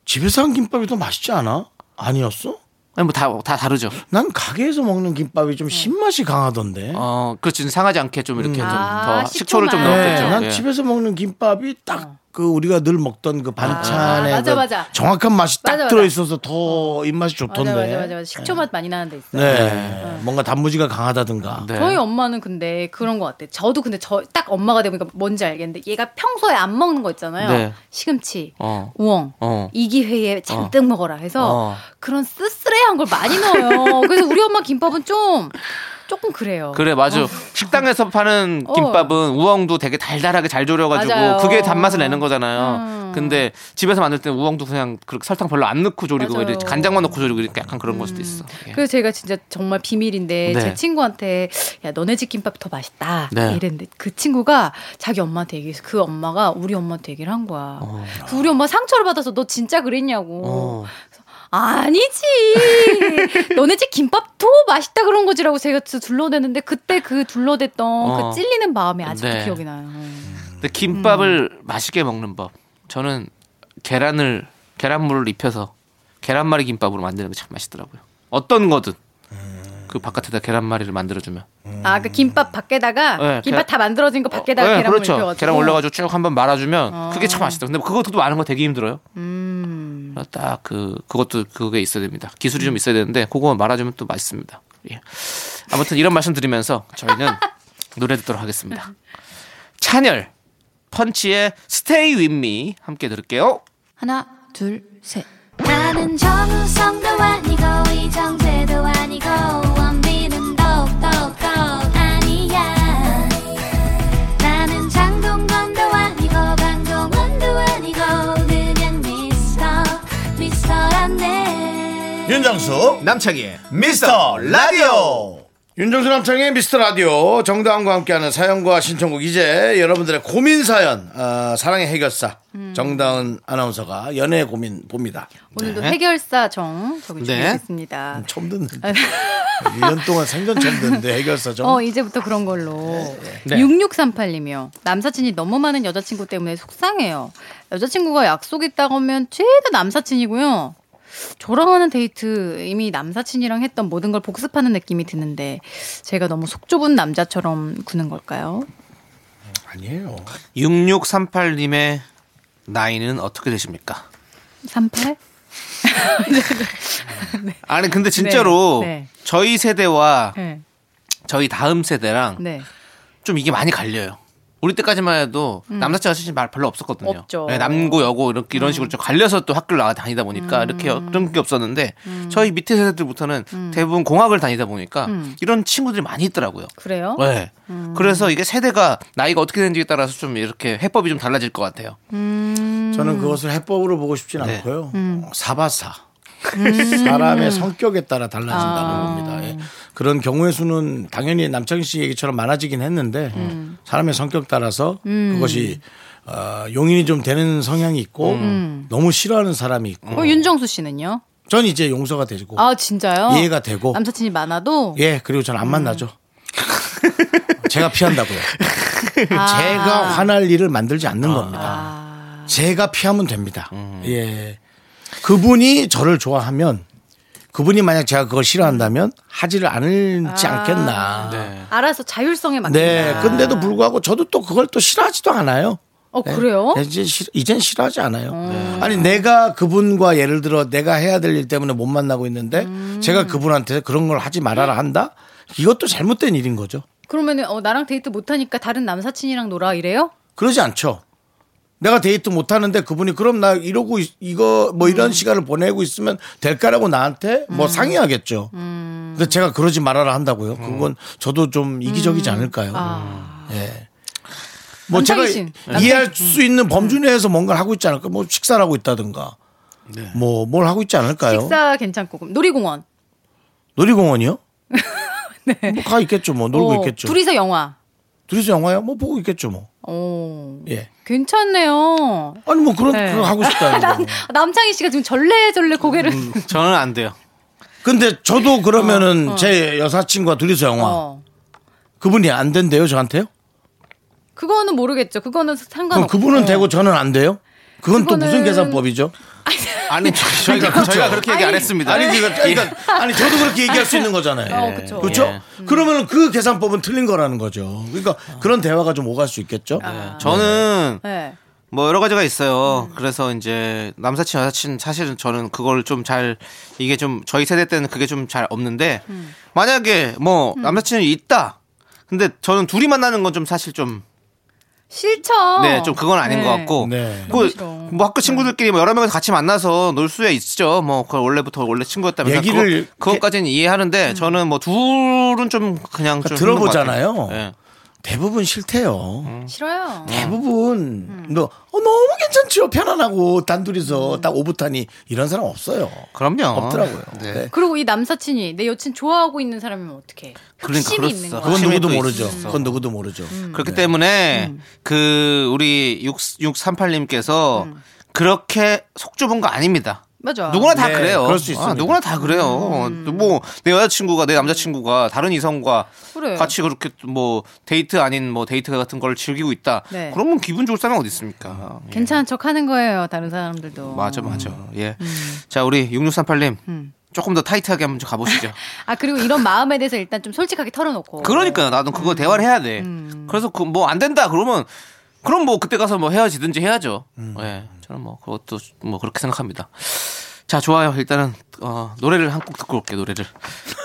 Speaker 1: 집에서 한 김밥이 더 맛있지 않아? 아니었어?
Speaker 2: 아니 뭐 다 다 다르죠.
Speaker 1: 난 가게에서 먹는 김밥이 좀 신맛이 강하던데.
Speaker 2: 어, 그렇지 상하지 않게 좀 이렇게 좀
Speaker 6: 아,
Speaker 2: 더 식초를 좀
Speaker 6: 식초만.
Speaker 2: 넣었겠죠.
Speaker 1: 네, 난
Speaker 2: 예.
Speaker 1: 집에서 먹는 김밥이 딱 그 우리가 늘 먹던 그 반찬에
Speaker 6: 어. 아, 맞아,
Speaker 1: 그
Speaker 6: 맞아.
Speaker 1: 정확한 맛이 딱
Speaker 6: 맞아, 맞아.
Speaker 1: 들어있어서 더 입맛이 좋던데.
Speaker 6: 맞아 맞아 맞아 맞아. 식초
Speaker 2: 예.
Speaker 6: 맛 많이 나는 데 있어. 요
Speaker 1: 네, 뭔가 단무지가 강하다든가.
Speaker 2: 네.
Speaker 6: 저희 엄마는 근데 그런 것 같아. 저도 근데 저 딱 엄마가 되보니까 뭔지 알겠는데 얘가 평소에 안 먹는 거 있잖아요.
Speaker 2: 네.
Speaker 6: 시금치,
Speaker 2: 어.
Speaker 6: 우엉,
Speaker 2: 어.
Speaker 6: 이 기회에 잔뜩 먹어라 해서
Speaker 2: 어.
Speaker 6: 그런 쓸쓸해한 걸 많이 넣어요. 그래서 우리 엄마 김밥은 좀 조금 그래요.
Speaker 2: 그래 맞아 식당에서 파는
Speaker 6: 어.
Speaker 2: 김밥은 우엉도 되게 달달하게 잘 졸여가지고
Speaker 6: 맞아요.
Speaker 2: 그게 단맛을 내는 거잖아요
Speaker 6: 음.
Speaker 2: 근데 집에서 만들 때 우엉도 그냥 그렇게 설탕 별로 안 넣고 졸이고
Speaker 6: 맞아요. 음.
Speaker 2: 이렇게 간장만 넣고 졸이고 이렇게 약간 그런 걸 수도 있어 예.
Speaker 6: 그래서 제가 진짜 정말 비밀인데
Speaker 2: 네.
Speaker 6: 제 친구한테 야 너네 집 김밥이 더 맛있다
Speaker 2: 네.
Speaker 6: 이랬는데 그 친구가 자기 엄마한테 얘기해서 그 엄마가 우리 엄마한테 얘기를 한 거야. 그래서 우리 엄마 상처를 받아서 너 진짜 그랬냐고.
Speaker 2: 어.
Speaker 6: 아니지. 너네 집 김밥 더 맛있다 그런 거지라고 제가 진짜 둘러대는데 그때 그 둘러댔던
Speaker 2: 어.
Speaker 6: 그 찔리는 마음이 아직도
Speaker 2: 네.
Speaker 6: 기억이 나요.
Speaker 2: 근데 김밥을
Speaker 6: 음.
Speaker 2: 맛있게 먹는 법 저는 계란을 계란물을 입혀서 계란말이 김밥으로 만드는 게 참 맛있더라고요 어떤 거든 그 바깥에다 계란말이를 만들어주면
Speaker 6: 아 그 김밥 밖에다가
Speaker 2: 네,
Speaker 6: 김밥
Speaker 2: 계란-
Speaker 6: 다 만들어진 거 밖에다가
Speaker 2: 어, 예,
Speaker 6: 계란
Speaker 2: 그렇죠.
Speaker 6: 올려가지고
Speaker 2: 계란 올려가지고 쭉 한번 말아주면
Speaker 6: 어.
Speaker 2: 그게 참 맛있다. 근데 그것도 많은 거 되게 힘들어요.
Speaker 6: 음.
Speaker 2: 딱 그 그것도 그게 있어야 됩니다. 기술이 좀 있어야 되는데 그거 말아주면 또 맛있습니다. 예. 아무튼 이런 말씀 드리면서 저희는 노래 듣도록 하겠습니다. 찬열 펀치의 Stay With Me 함께 들을게요.
Speaker 6: 하나 둘 셋.
Speaker 4: 나는 정우성도 아니고 이정재도 아니고 원빈은 더욱더 아니야 나는 장동건도 아니고 강동원도 아니고 그냥 미스터 미스터란데
Speaker 1: 윤정수
Speaker 7: 남창희의
Speaker 1: 미스터 라디오 윤정수 남창의 미스터 라디오 정다운과 함께하는 사연과 신청곡 이제 여러분들의 고민 사연 어, 사랑의 해결사
Speaker 6: 음.
Speaker 1: 정다운 아나운서가 연애 고민 봅니다
Speaker 6: 오늘도 해결사 정 저기
Speaker 7: 네.
Speaker 6: 준비했습니다.
Speaker 1: 처음 듣는
Speaker 6: 아.
Speaker 1: 1년 동안 생전 처음 듣는데 해결사 좀
Speaker 6: 어 이제부터 그런 걸로
Speaker 1: 네.
Speaker 6: 6638님이요 남사친이 너무 많은 여자친구 때문에 속상해요 여자친구가 약속 있다고 하면 죄다 남사친이고요 저랑 하는 데이트 이미 남사친이랑 했던 모든 걸 복습하는 느낌이 드는데 제가 너무 속 좁은 남자처럼 구는 걸까요?
Speaker 1: 아니에요
Speaker 2: 6638님의 나이는 어떻게 되십니까?
Speaker 6: 38?
Speaker 2: 아니 근데 진짜로
Speaker 6: 네, 네.
Speaker 2: 저희 세대와
Speaker 6: 네.
Speaker 2: 저희 다음 세대랑
Speaker 6: 네.
Speaker 2: 좀 이게 많이 갈려요. 우리 때까지만 해도 남자친구 여자친구 말 별로 없었거든요.
Speaker 6: 없죠.
Speaker 2: 네, 남고 여고 이렇게 이런 식으로 좀 갈려서 또 학교를 나가 다니다 보니까 이렇게 그런 게 없었는데 저희 밑에 세대들부터는 대부분 공학을 다니다 보니까 이런 친구들이 많이 있더라고요.
Speaker 6: 그래요?
Speaker 2: 네. 그래서 이게 세대가 나이가 어떻게 되는지에 따라서 좀 이렇게 해법이 좀 달라질 것 같아요.
Speaker 1: 저는 그것을 해법으로 보고 싶진
Speaker 2: 네.
Speaker 1: 않고요. 어, 사바사. 사람의 성격에 따라 달라진다고 봅니다. 예. 그런 경우의 수는 당연히 남창희 씨 얘기처럼 많아지긴 했는데 사람의 성격 따라서 그것이 어, 용인이 좀 되는 성향이 있고 너무 싫어하는 사람이 있고
Speaker 6: 어, 윤정수 씨는요?
Speaker 1: 전 이제 용서가 되고
Speaker 6: 아 진짜요?
Speaker 1: 이해가 되고
Speaker 6: 남사친이 많아도
Speaker 1: 예 그리고 전 안 만나죠. 제가 피한다고요. 제가 화날 일을 만들지 않는 겁니다.
Speaker 6: 아,
Speaker 1: 제가 피하면 됩니다. 예. 그분이 저를 좋아하면 그분이 만약 제가 그걸 싫어한다면 하지를 않을지 않겠나. 네.
Speaker 6: 알아서 자율성에 맞게
Speaker 1: 근데도 불구하고 저도 또 그걸 또 싫어하지도 않아요.
Speaker 6: 어
Speaker 1: 네.
Speaker 6: 그래요?
Speaker 1: 이제 싫, 이젠 싫어하지 않아요. 네. 아니 내가 그분과 예를 들어 내가 해야 될 일 때문에 못 만나고 있는데 제가 그분한테 그런 걸 하지 말아라 한다. 이것도 잘못된 일인 거죠.
Speaker 6: 그러면은 어, 나랑 데이트 못 하니까 다른 남사친이랑 놀아 이래요?
Speaker 1: 그러지 않죠. 내가 데이트 못 하는데 그분이 그럼 나 이러고 있- 이거 뭐
Speaker 6: 음.
Speaker 1: 이런 시간을 보내고 있으면 될까라고 나한테 뭐 상의하겠죠.
Speaker 6: 음.
Speaker 1: 근데 제가 그러지 말아라 한다고요. 그건 저도 좀 이기적이지 않을까요? 예. 뭐 제가
Speaker 6: 아. 남창희 씨. 남창희
Speaker 1: 이해할 수 있는 범주 내에서 뭔가를 하고 있지 않을까? 뭐 식사를 하고 있다든가. 뭐 뭘 하고 있지 않을까요?
Speaker 6: 식사 괜찮고 그럼 놀이공원
Speaker 1: 놀이공원이요? 뭐 가 있겠죠. 뭐 놀고
Speaker 6: 네. 어,
Speaker 1: 있겠죠.
Speaker 6: 둘이서 영화 어,
Speaker 1: 둘이서 영화요? 뭐 보고 있겠죠. 뭐.
Speaker 6: 오
Speaker 1: 예.
Speaker 6: 괜찮네요
Speaker 2: 음.
Speaker 1: 아니 뭐 그런
Speaker 6: 네.
Speaker 1: 그거 하고 싶다.
Speaker 6: 남창희 씨가 지금 절레절레 고개를
Speaker 2: 저는 안 돼요.
Speaker 1: 근데 저도 그러면은 제 여사친과 둘이서 영화
Speaker 2: 아.
Speaker 6: 어.
Speaker 1: 그분이 안 된대요 저한테요?
Speaker 6: 그거는 모르겠죠 그거는
Speaker 1: 그럼
Speaker 6: 상관없고 네.
Speaker 1: 그분은 되고 저는 안 돼요? 그건 또
Speaker 6: 그거는-
Speaker 1: 무슨 계산법이죠?
Speaker 2: 아니 저희가
Speaker 1: 그렇죠.
Speaker 2: 저희가 그렇게 얘기 안
Speaker 6: 아니,
Speaker 2: 했습니다.
Speaker 1: 아니 그러니까, 그러니까 아니 저도 그렇게 얘기할 수 있는
Speaker 6: 어,
Speaker 1: 거잖아요.
Speaker 6: 그쵸. 음.
Speaker 1: 그렇죠?
Speaker 2: 예.
Speaker 1: 그러면 그 계산법은 틀린 거라는 거죠. 그러니까 그런 대화가 좀 오갈 수 있겠죠.
Speaker 6: 아.
Speaker 2: 예. 저는
Speaker 6: 네.
Speaker 2: 뭐 여러 가지가 있어요. 그래서 이제 남사친 여사친 사실은 저는 그걸 좀 잘 이게 좀 저희 세대 때는 그게 좀 잘 없는데
Speaker 6: 음.
Speaker 2: 만약에 뭐 남사친이 있다. 근데 저는 둘이 만나는 건 좀 사실 좀
Speaker 6: 싫죠.
Speaker 2: 네, 좀 그건 아닌
Speaker 6: 네.
Speaker 2: 것 같고.
Speaker 1: 네.
Speaker 2: 그,
Speaker 6: 싫어.
Speaker 2: 뭐 학교 친구들끼리 뭐 여러 명이서 같이 만나서 놀 수야 있죠. 뭐 그걸 원래부터 원래 친구였다면서
Speaker 1: 얘기를
Speaker 2: 그거, 그것까지는
Speaker 6: 음.
Speaker 2: 이해하는데 저는 뭐 둘은 좀 그냥 좀 힘든 것
Speaker 1: 그러니까 들어보잖아요.
Speaker 2: 같아요. 예.
Speaker 1: 대부분 싫대요.
Speaker 2: 음.
Speaker 6: 싫어요.
Speaker 2: 네.
Speaker 6: 음.
Speaker 1: 대부분 너 어, 너무 괜찮죠. 편안하고 단둘이서 딱 오붓하니 이런 사람 없어요.
Speaker 2: 그럼요.
Speaker 1: 없더라고요.
Speaker 2: 네.
Speaker 1: 네.
Speaker 6: 그리고 이 남사친이 내 여친 좋아하고 있는 사람이면 어떡해.
Speaker 2: 그러니까
Speaker 6: 확신이
Speaker 2: 그렇소.
Speaker 6: 있는 거야.
Speaker 1: 그건 누구도
Speaker 2: 확신이 또
Speaker 1: 모르죠.
Speaker 2: 있어.
Speaker 1: 그건 누구도 모르죠.
Speaker 6: 음.
Speaker 2: 그렇기 때문에 그 우리 6638님께서 그렇게 속 좁은 거 아닙니다.
Speaker 6: 맞아.
Speaker 2: 누구나 다
Speaker 1: 네,
Speaker 2: 그래요.
Speaker 1: 그럴 수 있습니다.
Speaker 2: 아, 누구나 다 그래요. 뭐 내 여자친구가 내 남자친구가 다른 이성과
Speaker 6: 그래요.
Speaker 2: 같이 그렇게 뭐 데이트 아닌 뭐 데이트 같은 걸 즐기고 있다.
Speaker 6: 네.
Speaker 2: 그러면 기분 좋을 사람이 어디 있습니까? 예.
Speaker 6: 괜찮은 척 하는 거예요. 다른 사람들도.
Speaker 2: 맞아 맞아. 예. 자 우리 6638님 조금 더 타이트하게 한번 좀 가보시죠.
Speaker 6: 아 그리고 이런 마음에 대해서 일단 좀 솔직하게 털어놓고.
Speaker 2: 그러니까요. 나도 그거 대화를 해야 돼. 그래서 그 뭐 안 된다 그러면 그럼 뭐 그때 가서 뭐 헤어지든지 해야죠.
Speaker 1: 음.
Speaker 2: 예. 저는 뭐 그것도 뭐 그렇게 생각합니다. 자, 좋아요. 일단은 어, 노래를 한 곡 듣고 올게요. 노래를.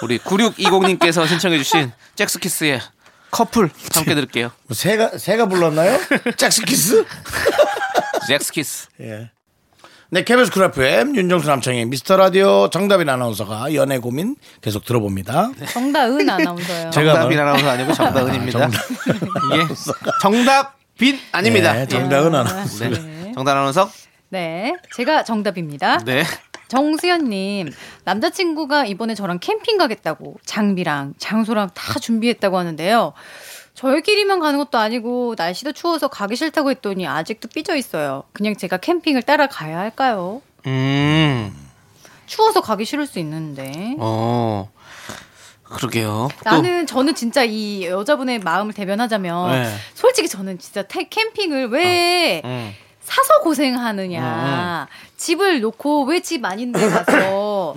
Speaker 2: 우리 9620님께서 신청해 주신 잭스키스의 커플 함께 들을게요.
Speaker 1: 뭐 새가 새가 불렀나요? 짝스키스?
Speaker 2: 잭스키스.
Speaker 1: 예. 네, 케빈스 쿨 FM 윤정수 남창의 미스터 라디오 정답인 아나운서가 연애 고민 계속 들어봅니다.
Speaker 2: 네.
Speaker 6: 정다은 아나운서예요.
Speaker 1: 제가
Speaker 2: 정답이
Speaker 1: 뭘-
Speaker 2: 나나운서 아니고 정답은입니다.
Speaker 1: 정답.
Speaker 2: 예. 정답 빛 아닙니다.
Speaker 1: 네, 정답은 아나운서.
Speaker 2: 예. 네. 정답 아나운서.
Speaker 6: 네, 제가 정답입니다.
Speaker 2: 네.
Speaker 6: 정수현님 남자친구가 이번에 저랑 캠핑 가겠다고 장비랑 장소랑 다 준비했다고 하는데요. 저희끼리만 가는 것도 아니고 날씨도 추워서 가기 싫다고 했더니 아직도 삐져 있어요. 그냥 제가 캠핑을 따라가야 할까요?
Speaker 2: 음.
Speaker 6: 추워서 가기 싫을 수 있는데.
Speaker 2: 어. 그러게요. 또-
Speaker 6: 나는 저는 진짜 이 여자분의 마음을 대변하자면
Speaker 2: 네.
Speaker 6: 솔직히 저는 진짜 태- 캠핑을 왜
Speaker 2: 음.
Speaker 6: 사서 고생하느냐. 집을 놓고 왜 집 아닌데 가서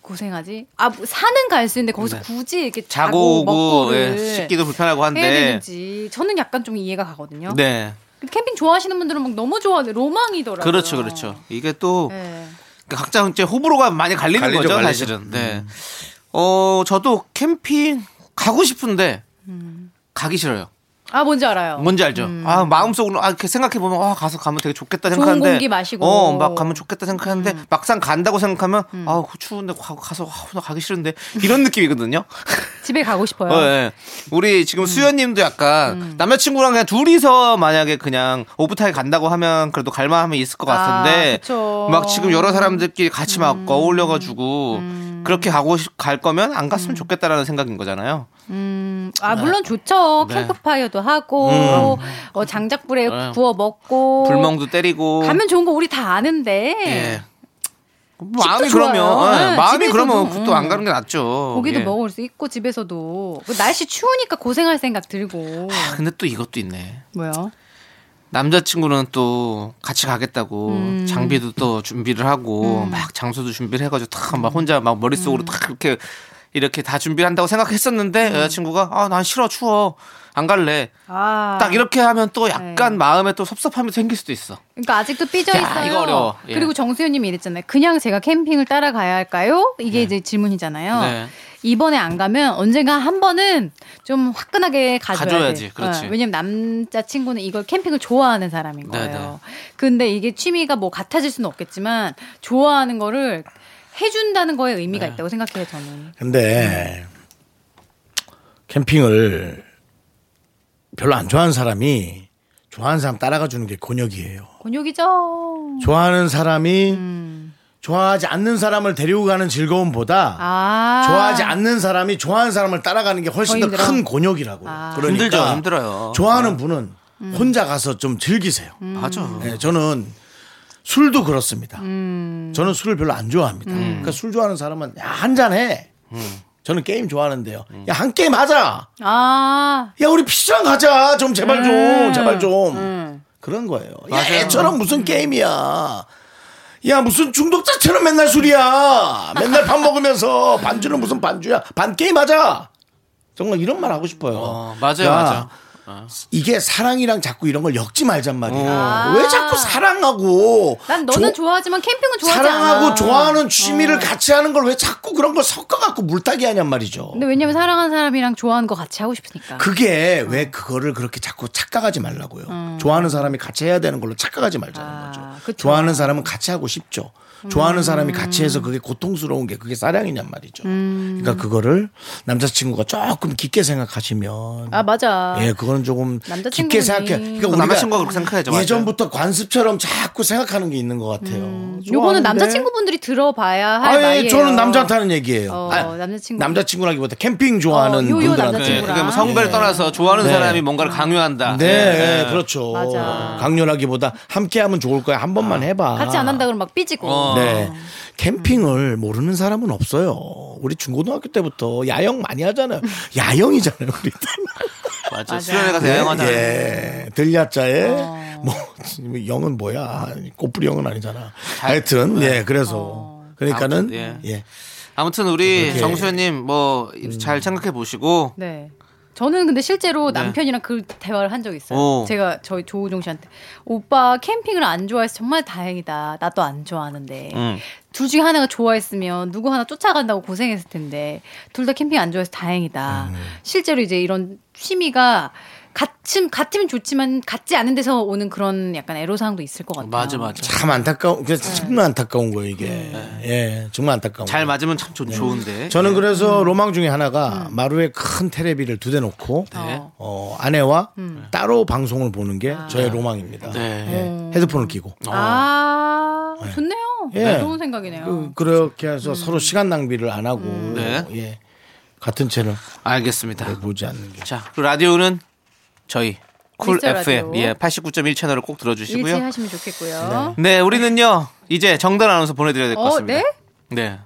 Speaker 6: 고생하지? 아, 뭐 사는 갈 수 있는데 거기서
Speaker 2: 네.
Speaker 6: 굳이 이렇게
Speaker 2: 자고
Speaker 6: 자고
Speaker 2: 오고
Speaker 6: 먹고를
Speaker 2: 예, 씻기도 불편하고
Speaker 6: 해야
Speaker 2: 한데
Speaker 6: 되는지 저는 약간 좀 이해가 가거든요.
Speaker 2: 네
Speaker 6: 근데 캠핑 좋아하시는 분들은 막 너무 좋아하는 로망이더라고요.
Speaker 2: 그렇죠 그렇죠 이게 또
Speaker 6: 네.
Speaker 2: 그러니까 각자 이제 호불호가 많이 갈리는
Speaker 1: 갈리죠,
Speaker 2: 거죠
Speaker 1: 갈리죠.
Speaker 2: 사실은 네. 네어 저도 캠핑 가고 싶은데 가기 싫어요
Speaker 6: 아, 뭔지 알아요.
Speaker 2: 뭔지 알죠 아 마음속으로 아 이렇게 생각해 보면 아 가서 가면 되게 좋겠다 생각하는데
Speaker 6: 공기 마시고. 음.
Speaker 2: 어막 가면 좋겠다 생각하는데 막상 간다고 생각하면 아우 추운데 가- 가서 아, 나 가기 싫은데 이런 느낌이거든요
Speaker 6: 집에 가고 싶어요. 음.
Speaker 2: 어, 예. 우리 지금 수연님도 약간 남자친구랑 그냥 둘이서 만약에 그냥 오붓하게 간다고 하면 그래도 갈만함이 있을 것
Speaker 6: 아,
Speaker 2: 같은데
Speaker 6: 그쵸. 음.
Speaker 2: 막 지금 여러 사람들끼리 같이 막 어울려가지고 그렇게 가고 싶- 갈 거면 안 갔으면 좋겠다라는 생각인 거잖아요.
Speaker 6: 음, 아 물론 좋죠.
Speaker 2: 네. 음.
Speaker 6: 캠프파이어도 하고 어, 장작불에
Speaker 2: 네.
Speaker 6: 구워 먹고
Speaker 2: 불멍도 때리고
Speaker 6: 어. 가면 좋은 거 우리 다 아는데
Speaker 2: 예. 뭐 마음이
Speaker 6: 집도
Speaker 2: 그러면
Speaker 6: 좋아요.
Speaker 2: 예,
Speaker 6: 네,
Speaker 2: 마음이
Speaker 6: 집에서도,
Speaker 2: 그러면 그것도 안
Speaker 6: 음.
Speaker 2: 가는 게 낫죠.
Speaker 6: 고기도
Speaker 2: 예.
Speaker 6: 먹을 수 있고 집에서도 그 날씨 추우니까 고생할 생각 들고
Speaker 2: 아, 근데 또 이것도 있네.
Speaker 6: 뭐요?
Speaker 2: 남자친구는 또 같이 가겠다고 장비도 또 준비를 하고 막 장소도 준비를 해가지고 탁막 혼자 막 머릿속으로 탁 이렇게 이렇게 다 준비를 한다고 생각했었는데 여자친구가 아 난 싫어 추워 안 갈래
Speaker 6: 아,
Speaker 2: 딱 이렇게 하면 또 약간 마음에 또 섭섭함이 생길 수도 있어
Speaker 6: 그러니까 아직도 삐져
Speaker 2: 야,
Speaker 6: 있어요.
Speaker 2: 이거 어려워. 예.
Speaker 6: 그리고 정수현님이 이랬잖아요. 그냥 제가 캠핑을 따라가야 할까요? 이게 이제 질문이잖아요.
Speaker 2: 네.
Speaker 6: 이번에 안 가면 언젠가 한 번은 좀 화끈하게 가줘야
Speaker 2: 가줘야지,
Speaker 6: 돼.
Speaker 2: 그렇지.
Speaker 6: 어, 왜냐면 남자 친구는 이걸 캠핑을 좋아하는 사람인
Speaker 2: 네,
Speaker 6: 거예요. 근데 이게 취미가 뭐 같아질 수는 없겠지만 좋아하는 거를 해준다는 거에 의미가 있다고 생각해요 저는.
Speaker 1: 근데 캠핑을 별로 안 좋아하는 사람이 좋아하는 사람 따라가 주는 게 곤욕이에요.
Speaker 6: 곤욕이죠.
Speaker 1: 좋아하는 사람이 좋아하지 않는 사람을 데리고 가는 즐거움보다
Speaker 6: 아.
Speaker 1: 좋아하지 않는 사람이 좋아하는 사람을 따라가는 게 훨씬
Speaker 6: 더
Speaker 1: 더
Speaker 6: 힘들어.
Speaker 1: 큰 곤욕이라고요.
Speaker 2: 아.
Speaker 1: 그러니까
Speaker 2: 힘들죠, 힘들어요.
Speaker 1: 좋아하는 분은 혼자 가서 좀 즐기세요.
Speaker 2: 맞아
Speaker 1: 예, 저는 술도 그렇습니다. 저는 술을 별로 안 좋아합니다. 그러니까 술 좋아하는 사람은 야, 한 잔 해. 저는 게임 좋아하는데요. 야, 한 게임 하자.
Speaker 6: 아.
Speaker 1: 야, 우리 피시방 가자. 좀 제발
Speaker 6: 음.
Speaker 1: 좀, 제발 좀. 그런 거예요. 야, 애처럼 무슨 게임이야. 야 무슨 중독자처럼 맨날 술이야. 맨날 밥 먹으면서 반주는 무슨 반주야. 반 게임 하자. 정말 이런 말 하고 싶어요.
Speaker 2: 맞아요,
Speaker 1: 야,
Speaker 2: 맞아.
Speaker 6: 어.
Speaker 1: 이게 사랑이랑 자꾸 이런 걸 엮지 말잔 말이야. 왜 자꾸 사랑하고
Speaker 6: 어. 난 너는
Speaker 1: 조-
Speaker 6: 좋아하지만 캠핑은 좋아하지
Speaker 1: 사랑하고
Speaker 6: 않아. 어.
Speaker 1: 좋아하는 취미를 같이 하는 걸 왜 자꾸 그런 걸 섞어갖고 물타기 하냔 말이죠.
Speaker 6: 근데 왜냐면 사랑하는 사람이랑 좋아하는 거 같이 하고 싶으니까.
Speaker 1: 그게 왜 그거를 그렇게 자꾸 착각하지 말라고요. 좋아하는 사람이 같이 해야 되는 걸로 착각하지 말자는
Speaker 6: 음. 아,
Speaker 1: 거죠.
Speaker 6: 그쵸. 음.
Speaker 1: 좋아하는 사람은 같이 하고 싶죠. 좋아하는 사람이 같이 해서 그게 고통스러운 게 그게 사랑이냔 말이죠.
Speaker 6: 음.
Speaker 1: 그러니까 그거를 남자친구가 조금 깊게 생각하시면
Speaker 6: 아 맞아.
Speaker 1: 예, 그거는 조금
Speaker 6: 남자친구분이-
Speaker 1: 깊게 생각해. 그러니까 우리가
Speaker 2: 남자친구가 그렇게 생각하죠. 맞아요.
Speaker 1: 예전부터 관습처럼 자꾸 생각하는 게 있는 것 같아요.
Speaker 6: 음. 요거는
Speaker 1: 좋아하는데.
Speaker 6: 남자친구분들이 들어봐야 할
Speaker 1: 아, 예,
Speaker 6: 나이예요.
Speaker 1: 저는 남자한테 하는 얘기예요.
Speaker 6: 어,
Speaker 1: 아,
Speaker 6: 남자친구.
Speaker 1: 남자친구라기보다 캠핑 좋아하는
Speaker 6: 어, 요요
Speaker 1: 분들한테.
Speaker 2: 네, 음.
Speaker 6: 남자친구랑.
Speaker 2: 그게 뭐 성별 을 떠나서 좋아하는 사람이 뭔가를 강요한다.
Speaker 1: 네,
Speaker 2: 예, 예.
Speaker 1: 그렇죠.
Speaker 6: 맞아. 아,
Speaker 1: 강렬하기보다 함께하면 좋을 거야. 한 번만 해봐.
Speaker 6: 같이 안 한다 그러면 막 삐지고.
Speaker 2: 어.
Speaker 1: 아. 네, 캠핑을 모르는 사람은 없어요. 우리 중고등학교 때부터 야영 많이 하잖아요. 야영이잖아요, 우리.
Speaker 2: 네, 맞아. 수련회
Speaker 1: 네.
Speaker 2: 가서 여행하자.
Speaker 1: 예, 들야자에
Speaker 6: 어.
Speaker 1: 뭐 영은 뭐야? 꽃뿌리 영은 아니잖아. 하여튼 예, 그래서
Speaker 6: 어.
Speaker 1: 그러니까는
Speaker 2: 네. 아무튼, 예.
Speaker 1: 예.
Speaker 2: 아무튼
Speaker 1: 네.
Speaker 2: 우리 정수현님 뭐
Speaker 1: 음.
Speaker 2: 잘 생각해 보시고
Speaker 6: 네. 저는 근데 실제로
Speaker 2: 네.
Speaker 6: 남편이랑 그 대화를 한 적이 있어요.
Speaker 2: 오.
Speaker 6: 제가 저희 조우종 씨한테 오빠 캠핑을 안 좋아해서 정말 다행이다. 나도 안 좋아하는데 둘 중에 하나가 좋아했으면 누구 하나 쫓아간다고 고생했을 텐데 둘 다 캠핑 안 좋아해서 다행이다.
Speaker 2: 음.
Speaker 6: 실제로 이제 이런 취미가 같음 같으면 좋지만 같지 않은 데서 오는 그런 약간 애로사항도 있을 것 같아요.
Speaker 2: 맞아 맞아.
Speaker 1: 참 안타까운 그래서
Speaker 6: 네.
Speaker 1: 정말 안타까운 거예요 이게. 예, 정말 안타까운.
Speaker 2: 네. 잘
Speaker 1: 거예요.
Speaker 2: 맞으면 참 좋, 좋은데.
Speaker 1: 네. 저는 그래서 로망 중에 하나가 마루에 큰 테레비를 두 대 놓고
Speaker 2: 네.
Speaker 6: 어.
Speaker 1: 어, 아내와 따로 방송을 보는 게 저의 로망입니다.
Speaker 2: 네.
Speaker 1: 예, 헤드폰을 끼고.
Speaker 2: 어.
Speaker 6: 아 좋네요.
Speaker 1: 예.
Speaker 6: 좋은 생각이네요.
Speaker 1: 그, 렇게 해서 서로 시간 낭비를 안 하고
Speaker 2: 네.
Speaker 1: 예, 같은 채널
Speaker 2: 알겠습니다.
Speaker 1: 보지 않는 게.
Speaker 2: 자, 그 라디오는 저희 쿨
Speaker 6: 미스터
Speaker 2: FM
Speaker 6: 라디오.
Speaker 2: 예, 89.1 채널을 꼭 들어주시고요.
Speaker 6: 일치하시면 좋겠고요.
Speaker 2: 네, 우리는요 이제 정단 아나운서 보내드려야 될 것
Speaker 6: 어,
Speaker 2: 같습니다.
Speaker 6: 네?
Speaker 2: 네,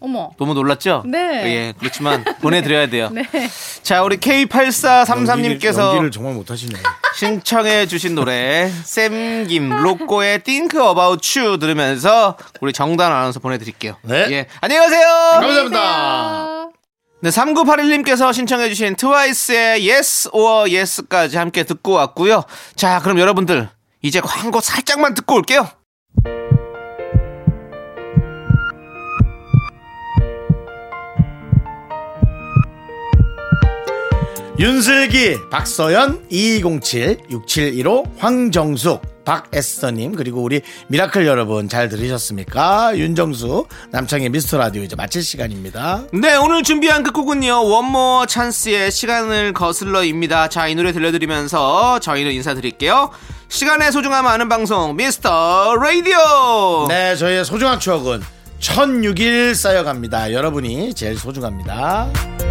Speaker 6: 어머.
Speaker 2: 너무 놀랐죠?
Speaker 6: 네.
Speaker 2: 예, 그렇지만 보내드려야 돼요.
Speaker 6: 네.
Speaker 2: 자, 우리
Speaker 1: 연기를-
Speaker 2: K8433님께서
Speaker 1: 연기를 정말 못하시네요.
Speaker 2: 신청해주신 노래 샘김 로꼬의 Think About You 들으면서 우리 정단 아나운서 보내드릴게요.
Speaker 1: 네.
Speaker 2: 예, 안녕히 가세요. 아.
Speaker 1: 감사합니다.
Speaker 6: 아.
Speaker 2: 네, 3981님께서 신청해주신 트와이스의 Yes or Yes까지 함께 듣고 왔고요. 자, 그럼 여러분들 이제 광고 살짝만 듣고 올게요.
Speaker 1: 윤슬기, 박서연, 2207, 6715, 황정숙, 박애써님, 그리고 우리 미라클 여러분 잘 들으셨습니까? 윤정수, 남창의 미스터 라디오 이제 마칠 시간입니다.
Speaker 2: 네, 오늘 준비한 끝곡은요. 원모어 찬스의 시간을 거슬러입니다. 자, 이 노래 들려드리면서 저희는 인사드릴게요. 시간의 소중함 아는 방송 미스터 라디오.
Speaker 1: 네, 저희의 소중한 추억은 1006일 쌓여갑니다. 여러분이 제일 소중합니다.